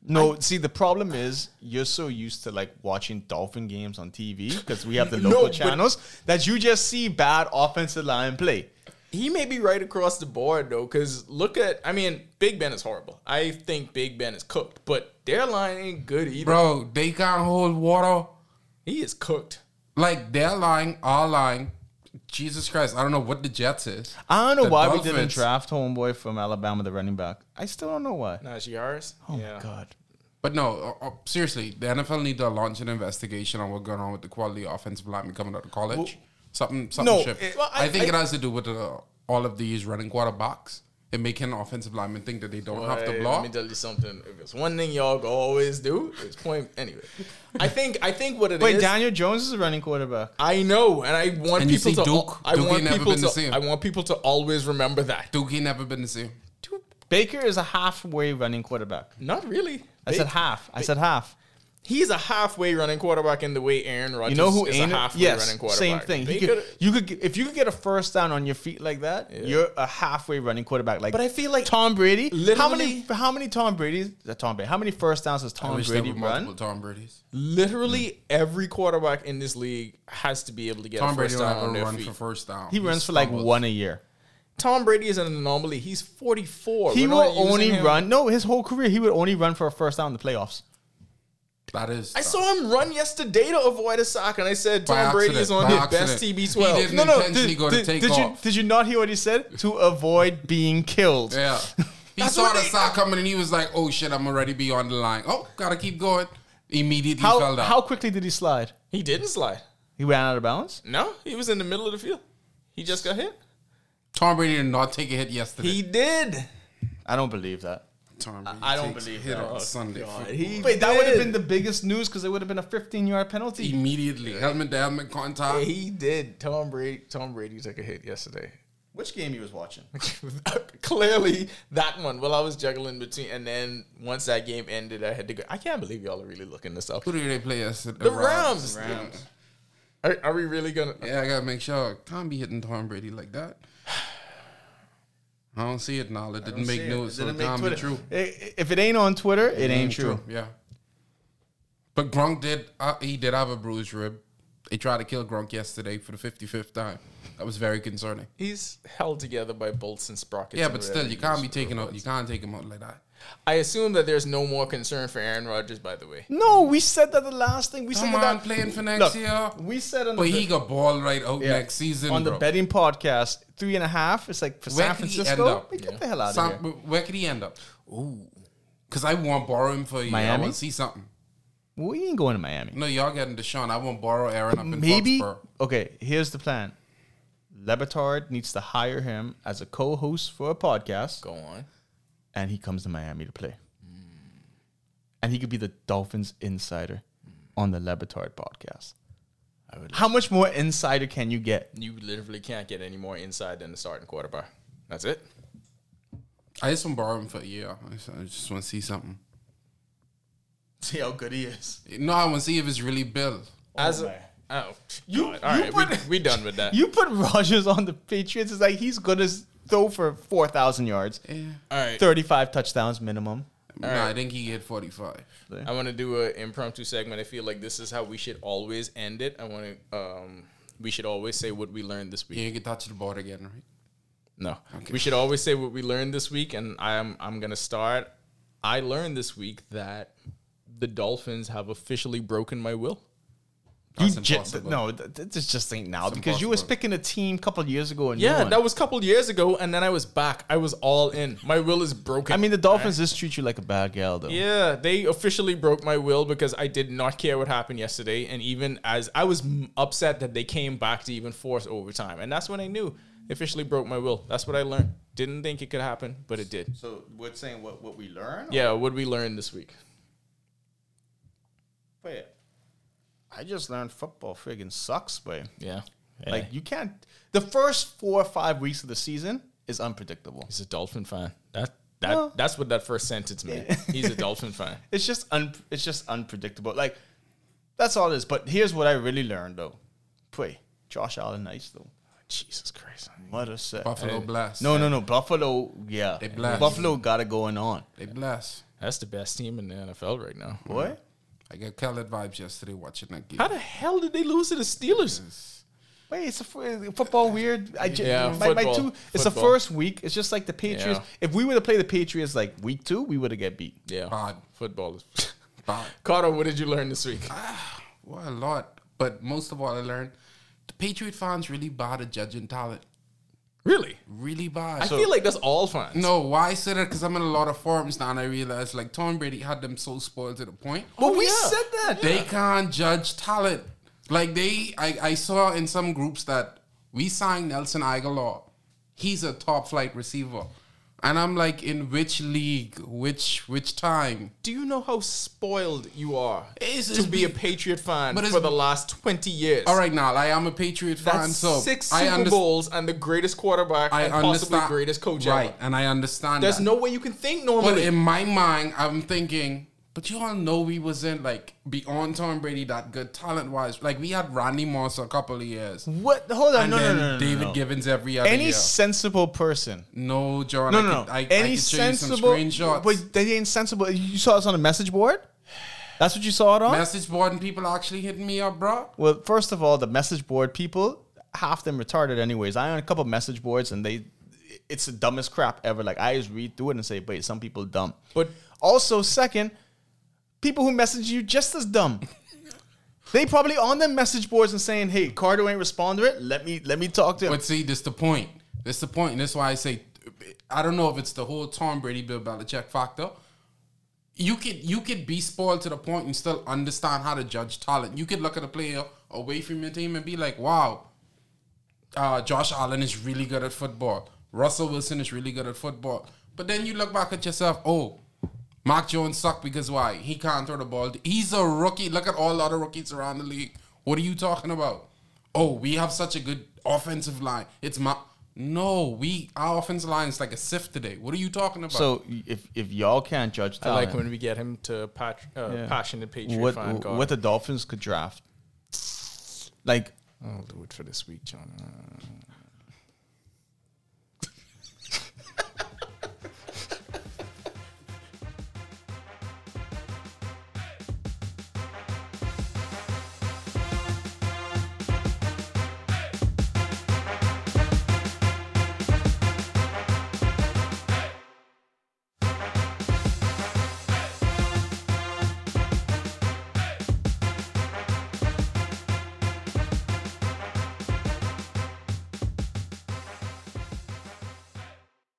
[SPEAKER 5] No, see the problem is you're so used to like watching dolphin games on TV because we have the
[SPEAKER 4] No,
[SPEAKER 5] local
[SPEAKER 4] but-
[SPEAKER 5] channels that you just see bad offensive line play.
[SPEAKER 4] He may be right across the board though, because look at I mean, Big Ben is horrible. I think Big Ben is cooked, but their line ain't good either.
[SPEAKER 6] Bro, they can't hold water.
[SPEAKER 4] He is cooked.
[SPEAKER 6] Like they're lying, our line. Jesus Christ, I don't know what the Jets is.
[SPEAKER 5] I don't know
[SPEAKER 6] The
[SPEAKER 5] why we didn't
[SPEAKER 6] Dolphins.
[SPEAKER 5] draft homeboy from Alabama, the running back. I still don't know why.
[SPEAKER 4] Najee Harris.
[SPEAKER 5] Oh my god.
[SPEAKER 6] But no, uh, uh, seriously, the NFL need to launch an investigation on what's going on with the quality offensive linemen coming out of college. something, something.
[SPEAKER 5] no,
[SPEAKER 6] shift.
[SPEAKER 5] it- well, I-
[SPEAKER 6] I, think
[SPEAKER 5] I-
[SPEAKER 6] it has to do with uh, all of these running quarterbacks and making offensive linemen think that they don't have to
[SPEAKER 4] Hey,
[SPEAKER 6] block.
[SPEAKER 4] Let me tell you something. If it's one thing y'all go always do, it's point. Anyway, I think I think what it is.
[SPEAKER 5] Wait, Daniel Jones is a running quarterback.
[SPEAKER 4] I know, and I want
[SPEAKER 6] And you
[SPEAKER 4] people
[SPEAKER 6] see
[SPEAKER 4] to.
[SPEAKER 6] Duke.
[SPEAKER 4] I
[SPEAKER 6] Duke
[SPEAKER 4] want
[SPEAKER 6] ain't never
[SPEAKER 4] people
[SPEAKER 6] been the
[SPEAKER 4] to.
[SPEAKER 6] same.
[SPEAKER 4] I want people to always remember that.
[SPEAKER 6] Duke ain't never been the same.
[SPEAKER 5] Baker is a halfway running quarterback.
[SPEAKER 4] Not really.
[SPEAKER 5] I said half. I said half.
[SPEAKER 4] He's a halfway running quarterback in the way Aaron Rodgers
[SPEAKER 5] You know who
[SPEAKER 4] is
[SPEAKER 5] ain't
[SPEAKER 4] a halfway
[SPEAKER 5] yes,
[SPEAKER 4] running quarterback.
[SPEAKER 5] Same thing. He
[SPEAKER 4] They
[SPEAKER 5] could,
[SPEAKER 4] coulda-
[SPEAKER 5] you could get- if you could get a first down on your feet like that, you're a halfway running quarterback. Like,
[SPEAKER 4] But I feel like
[SPEAKER 5] Tom Brady. How many
[SPEAKER 4] literally-
[SPEAKER 5] how many Tom Brady's? uh, Tom Brady. How many first downs has
[SPEAKER 6] I
[SPEAKER 5] Tom
[SPEAKER 6] wish there
[SPEAKER 5] Brady
[SPEAKER 6] were
[SPEAKER 5] run?
[SPEAKER 6] multiple Tom Brady's.
[SPEAKER 4] literally every quarterback in this league has to be able to get
[SPEAKER 6] Tom
[SPEAKER 4] a
[SPEAKER 6] Brady
[SPEAKER 4] first
[SPEAKER 6] will
[SPEAKER 4] down
[SPEAKER 6] have
[SPEAKER 4] on
[SPEAKER 6] a
[SPEAKER 4] their
[SPEAKER 6] run
[SPEAKER 4] feet.
[SPEAKER 6] for first down.
[SPEAKER 5] He runs for like
[SPEAKER 6] stumbles.
[SPEAKER 5] one a year.
[SPEAKER 4] Tom Brady is an anomaly. He's 44.
[SPEAKER 5] He
[SPEAKER 4] We're
[SPEAKER 5] will
[SPEAKER 4] not using
[SPEAKER 5] only
[SPEAKER 4] him.
[SPEAKER 5] run. No, his whole career, he would only run for a first down in the playoffs.
[SPEAKER 6] That is.
[SPEAKER 4] I saw him run yesterday to avoid a sack, and I said
[SPEAKER 6] By
[SPEAKER 4] Tom Brady is
[SPEAKER 6] accident,
[SPEAKER 4] on
[SPEAKER 6] by
[SPEAKER 4] his best
[SPEAKER 6] accident.
[SPEAKER 4] TB12.
[SPEAKER 6] He didn't
[SPEAKER 4] No, no,
[SPEAKER 6] intentionally go to take
[SPEAKER 5] did you
[SPEAKER 6] off.
[SPEAKER 5] did you not hear what he said? To avoid being killed.
[SPEAKER 6] Yeah. He
[SPEAKER 4] That's
[SPEAKER 6] saw
[SPEAKER 4] what
[SPEAKER 6] the
[SPEAKER 4] they-
[SPEAKER 6] sock coming and he was like, oh shit, I'm already beyond the line. Oh, gotta keep going. Immediately
[SPEAKER 5] How
[SPEAKER 6] fell down.
[SPEAKER 5] how quickly did he slide?
[SPEAKER 4] he didn't slide.
[SPEAKER 5] He ran out of bounds.
[SPEAKER 4] No, he was in the middle of the field. He just got hit.
[SPEAKER 6] Tom Brady did not take a hit yesterday.
[SPEAKER 4] He did.
[SPEAKER 5] I don't believe that.
[SPEAKER 6] Tom Brady
[SPEAKER 4] I don't
[SPEAKER 6] takes a
[SPEAKER 4] believe
[SPEAKER 6] hit
[SPEAKER 4] that.
[SPEAKER 6] on Sunday.
[SPEAKER 4] He
[SPEAKER 5] Wait, that
[SPEAKER 4] did.
[SPEAKER 5] would have been the biggest news because it would have been a 15 yard penalty.
[SPEAKER 6] Immediately. Helmet to helmet
[SPEAKER 4] Yeah,
[SPEAKER 6] contact.
[SPEAKER 4] he did. Tom Brady. Tom Brady took a hit yesterday.
[SPEAKER 5] Which game he was watching?
[SPEAKER 4] Clearly, that one. Well, I was juggling between, and then once that game ended, I had to go. I can't believe y'all are really looking this up.
[SPEAKER 6] Who do they play yesterday?
[SPEAKER 4] The Rams. Are, are we really gonna?
[SPEAKER 6] Yeah, I gotta make sure. Tom be hitting Tom Brady like that. I don't see it now. It didn't make news. so it can't be true.
[SPEAKER 5] If it ain't on Twitter, it, ain't, true.
[SPEAKER 6] Yeah. But Gronk did. Uh, he did have a bruised rib. They tried to kill Gronk yesterday for the fifty-fifth time. That was very concerning.
[SPEAKER 4] He's held together by bolts and sprockets.
[SPEAKER 6] Yeah,
[SPEAKER 4] and
[SPEAKER 6] but
[SPEAKER 4] whatever
[SPEAKER 6] still, you can't be taking out. You can't take him out like that.
[SPEAKER 4] I assume that there's no more concern for Aaron Rodgers. By the way,
[SPEAKER 5] No, we said that the last thing. We
[SPEAKER 6] Come
[SPEAKER 5] said
[SPEAKER 6] on,
[SPEAKER 5] that that
[SPEAKER 6] playing for next
[SPEAKER 5] Look,
[SPEAKER 6] year.
[SPEAKER 5] We said on
[SPEAKER 6] But
[SPEAKER 5] the
[SPEAKER 6] he got ball right out
[SPEAKER 5] yeah,
[SPEAKER 6] next season
[SPEAKER 5] on
[SPEAKER 6] bro.
[SPEAKER 5] the betting podcast three and a half. It's like for
[SPEAKER 6] Where
[SPEAKER 5] San
[SPEAKER 6] could he
[SPEAKER 5] Francisco.
[SPEAKER 6] end up?
[SPEAKER 5] we Get the hell out
[SPEAKER 6] Some-
[SPEAKER 5] of here.
[SPEAKER 6] Where could he end up? Ooh. Because I won't borrow him for you. I
[SPEAKER 5] Miami?
[SPEAKER 6] want to see something.
[SPEAKER 5] We ain't going to Miami.
[SPEAKER 6] No, y'all getting Deshaun. I won't borrow Aaron up in
[SPEAKER 5] Maybe.
[SPEAKER 6] Foxborough.
[SPEAKER 5] Okay, here's the plan. Lebatard needs to hire him as a co-host for a podcast.
[SPEAKER 4] go on.
[SPEAKER 5] and he comes to Miami to play. And he could be the Dolphins insider on the Lebatard podcast. How much more insider can you get?
[SPEAKER 4] You literally can't get any more inside than the starting quarterback. That's it.
[SPEAKER 6] I just want to borrow him for a year. I just, I just want to see something.
[SPEAKER 5] See how good he is.
[SPEAKER 4] Oh,
[SPEAKER 6] No, I want to see if it's really Bill.
[SPEAKER 4] As a, oh,
[SPEAKER 5] You-
[SPEAKER 4] God. all
[SPEAKER 5] you
[SPEAKER 4] right, we-
[SPEAKER 5] put-
[SPEAKER 4] we, done with that.
[SPEAKER 5] You put Rogers on the Patriots, it's like he's gonna s- throw for four thousand yards,
[SPEAKER 4] all right,
[SPEAKER 5] thirty-five touchdowns minimum.
[SPEAKER 6] no, I think he hit 45.
[SPEAKER 4] I want to do an impromptu segment. I feel like this is how we should always end it. I want to. Um, we should always say what we learned this week.
[SPEAKER 6] You ain't get touch the board again, right?
[SPEAKER 4] No, we should always say what we learned this week. And I'm I'm gonna start. I learned this week that the Dolphins have officially broken my will.
[SPEAKER 5] You
[SPEAKER 6] That's
[SPEAKER 5] just,
[SPEAKER 6] impossible.
[SPEAKER 5] no, th- th- this just ain't now because you was
[SPEAKER 6] impossible.
[SPEAKER 5] picking a team a couple years ago and you
[SPEAKER 4] Yeah,
[SPEAKER 5] won.
[SPEAKER 4] that was a couple years ago, and then I was back. I was all in. My will is broken.
[SPEAKER 5] I mean the Dolphins just treat you like a bad gal though.
[SPEAKER 4] Yeah, they officially broke my will because I did not care what happened yesterday. And even as I was m- upset that they came back to even force overtime. And that's when I knew they officially broke my will. That's what I learned. Didn't think it could happen, but it did.
[SPEAKER 5] So we're saying what, what we learn?
[SPEAKER 4] Yeah, what we learn this week?
[SPEAKER 5] Wait, I just learned football friggin' sucks, boy.
[SPEAKER 4] Yeah.
[SPEAKER 5] Like you can't. The first four or five weeks of the season is unpredictable.
[SPEAKER 4] he's a Dolphin fan. That that
[SPEAKER 5] No.
[SPEAKER 4] that's what that first sentence meant. He's a Dolphin fan.
[SPEAKER 5] It's just un. It's just unpredictable. Like that's all it is. But here's what I really learned though. Pray, Josh Allen, nice though.
[SPEAKER 4] Jesus Christ.
[SPEAKER 5] Mother said.
[SPEAKER 6] Buffalo blast.
[SPEAKER 5] No, no, no. Buffalo, yeah.
[SPEAKER 6] They blast.
[SPEAKER 5] Buffalo got it going on.
[SPEAKER 6] They blast.
[SPEAKER 4] That's the best team in the NFL right now.
[SPEAKER 5] Boy,
[SPEAKER 6] I got Khaled vibes yesterday watching that game.
[SPEAKER 4] How the hell did they lose to the Steelers?
[SPEAKER 5] wait, it's a f- football weird. I ju-
[SPEAKER 4] Yeah,
[SPEAKER 5] my, my
[SPEAKER 4] football.
[SPEAKER 5] two. It's the
[SPEAKER 4] Football.
[SPEAKER 5] first week. It's just like the Patriots.
[SPEAKER 4] Yeah.
[SPEAKER 5] If we were to play the Patriots like week two, we would have get beat.
[SPEAKER 4] Yeah.
[SPEAKER 6] Bad.
[SPEAKER 4] Football is
[SPEAKER 6] Bad.
[SPEAKER 4] Carter, what did you learn this week?
[SPEAKER 6] Well, a lot. But most of all, I learned the Patriot fans really bad at judging talent.
[SPEAKER 4] Really?
[SPEAKER 6] Really bad.
[SPEAKER 4] I feel like that's all fans.
[SPEAKER 6] No, why I said that? Because I'm in a lot of forums now, and I realized like Tom Brady had them so spoiled to the point.
[SPEAKER 5] But we said that.
[SPEAKER 6] They can't judge talent. Like they, I, I saw in some groups that we signed Nelson Aguilar. He's a top flight receiver, and I'm like, in which league, which which time?
[SPEAKER 4] Do you know how spoiled you are
[SPEAKER 6] It's-
[SPEAKER 4] to
[SPEAKER 6] it's
[SPEAKER 4] be a
[SPEAKER 6] be-
[SPEAKER 4] Patriot fan
[SPEAKER 6] but it's
[SPEAKER 4] for the
[SPEAKER 6] be-
[SPEAKER 4] last 20 years?
[SPEAKER 6] All right, now I am a Patriot
[SPEAKER 4] That's
[SPEAKER 6] fan, so
[SPEAKER 4] six
[SPEAKER 6] I
[SPEAKER 4] Super
[SPEAKER 6] underst-
[SPEAKER 4] Bowls and the greatest quarterback
[SPEAKER 6] I
[SPEAKER 4] and
[SPEAKER 6] understand.
[SPEAKER 4] possibly greatest coach
[SPEAKER 6] right?
[SPEAKER 4] ever.
[SPEAKER 6] And I understand.
[SPEAKER 4] There's
[SPEAKER 6] that.
[SPEAKER 4] no way you can think
[SPEAKER 6] But
[SPEAKER 4] normally.
[SPEAKER 6] in my mind, I'm thinking But you all know we was in like beyond Tom Brady that good talent wise. Like we had Randy Moss a couple of years,
[SPEAKER 5] What? Hold on.
[SPEAKER 6] and
[SPEAKER 5] no, no,
[SPEAKER 6] then
[SPEAKER 5] no, no, no,
[SPEAKER 6] David
[SPEAKER 5] no.
[SPEAKER 6] Givens every other
[SPEAKER 5] Any
[SPEAKER 6] year.
[SPEAKER 5] sensible person.
[SPEAKER 6] no, John.
[SPEAKER 5] No,
[SPEAKER 6] I
[SPEAKER 5] no, no.
[SPEAKER 6] could, I, I
[SPEAKER 5] Any
[SPEAKER 6] could show you some
[SPEAKER 5] sensible.
[SPEAKER 6] screenshots.
[SPEAKER 5] But they ain't sensible. You saw us on a message board. That's what you saw it on.
[SPEAKER 6] message board and people actually hitting me up, bro.
[SPEAKER 5] Well, first of all, the message board people, half them retarded anyways. I on a couple message boards and they it's the dumbest crap ever. Like I just read through it and say, wait, some people dumb.
[SPEAKER 4] But-
[SPEAKER 5] also second, people who message you just as dumb. they probably on them message boards and saying, Hey, Carter ain't responding to it. Let me let me talk to him.
[SPEAKER 6] But see, this the point. This the point, and that's why I say I don't know if it's the whole Tom Brady, Bill Belichick factor. You could you could be spoiled to the point and still understand how to judge talent. You could look at a player away from your team and be like, "Wow, uh, Josh Allen is really good at football. Russell Wilson is really good at football." But then you look back at yourself, "Oh, Mark Jones sucked because why? He can't throw the ball. He's a rookie. Look at all the other rookies around the league. What are you talking about? Oh, we have such a good offensive line. It's my no. We our offensive line is like a sift today. What are you talking about?
[SPEAKER 5] so if if y'all can't judge
[SPEAKER 4] I
[SPEAKER 5] talent,
[SPEAKER 4] like when we get him to pat- uh,
[SPEAKER 5] Yeah.
[SPEAKER 4] passionate Patriot
[SPEAKER 5] what,
[SPEAKER 4] fan card.
[SPEAKER 5] what the Dolphins could draft. Like
[SPEAKER 4] I'll do it for this week, John.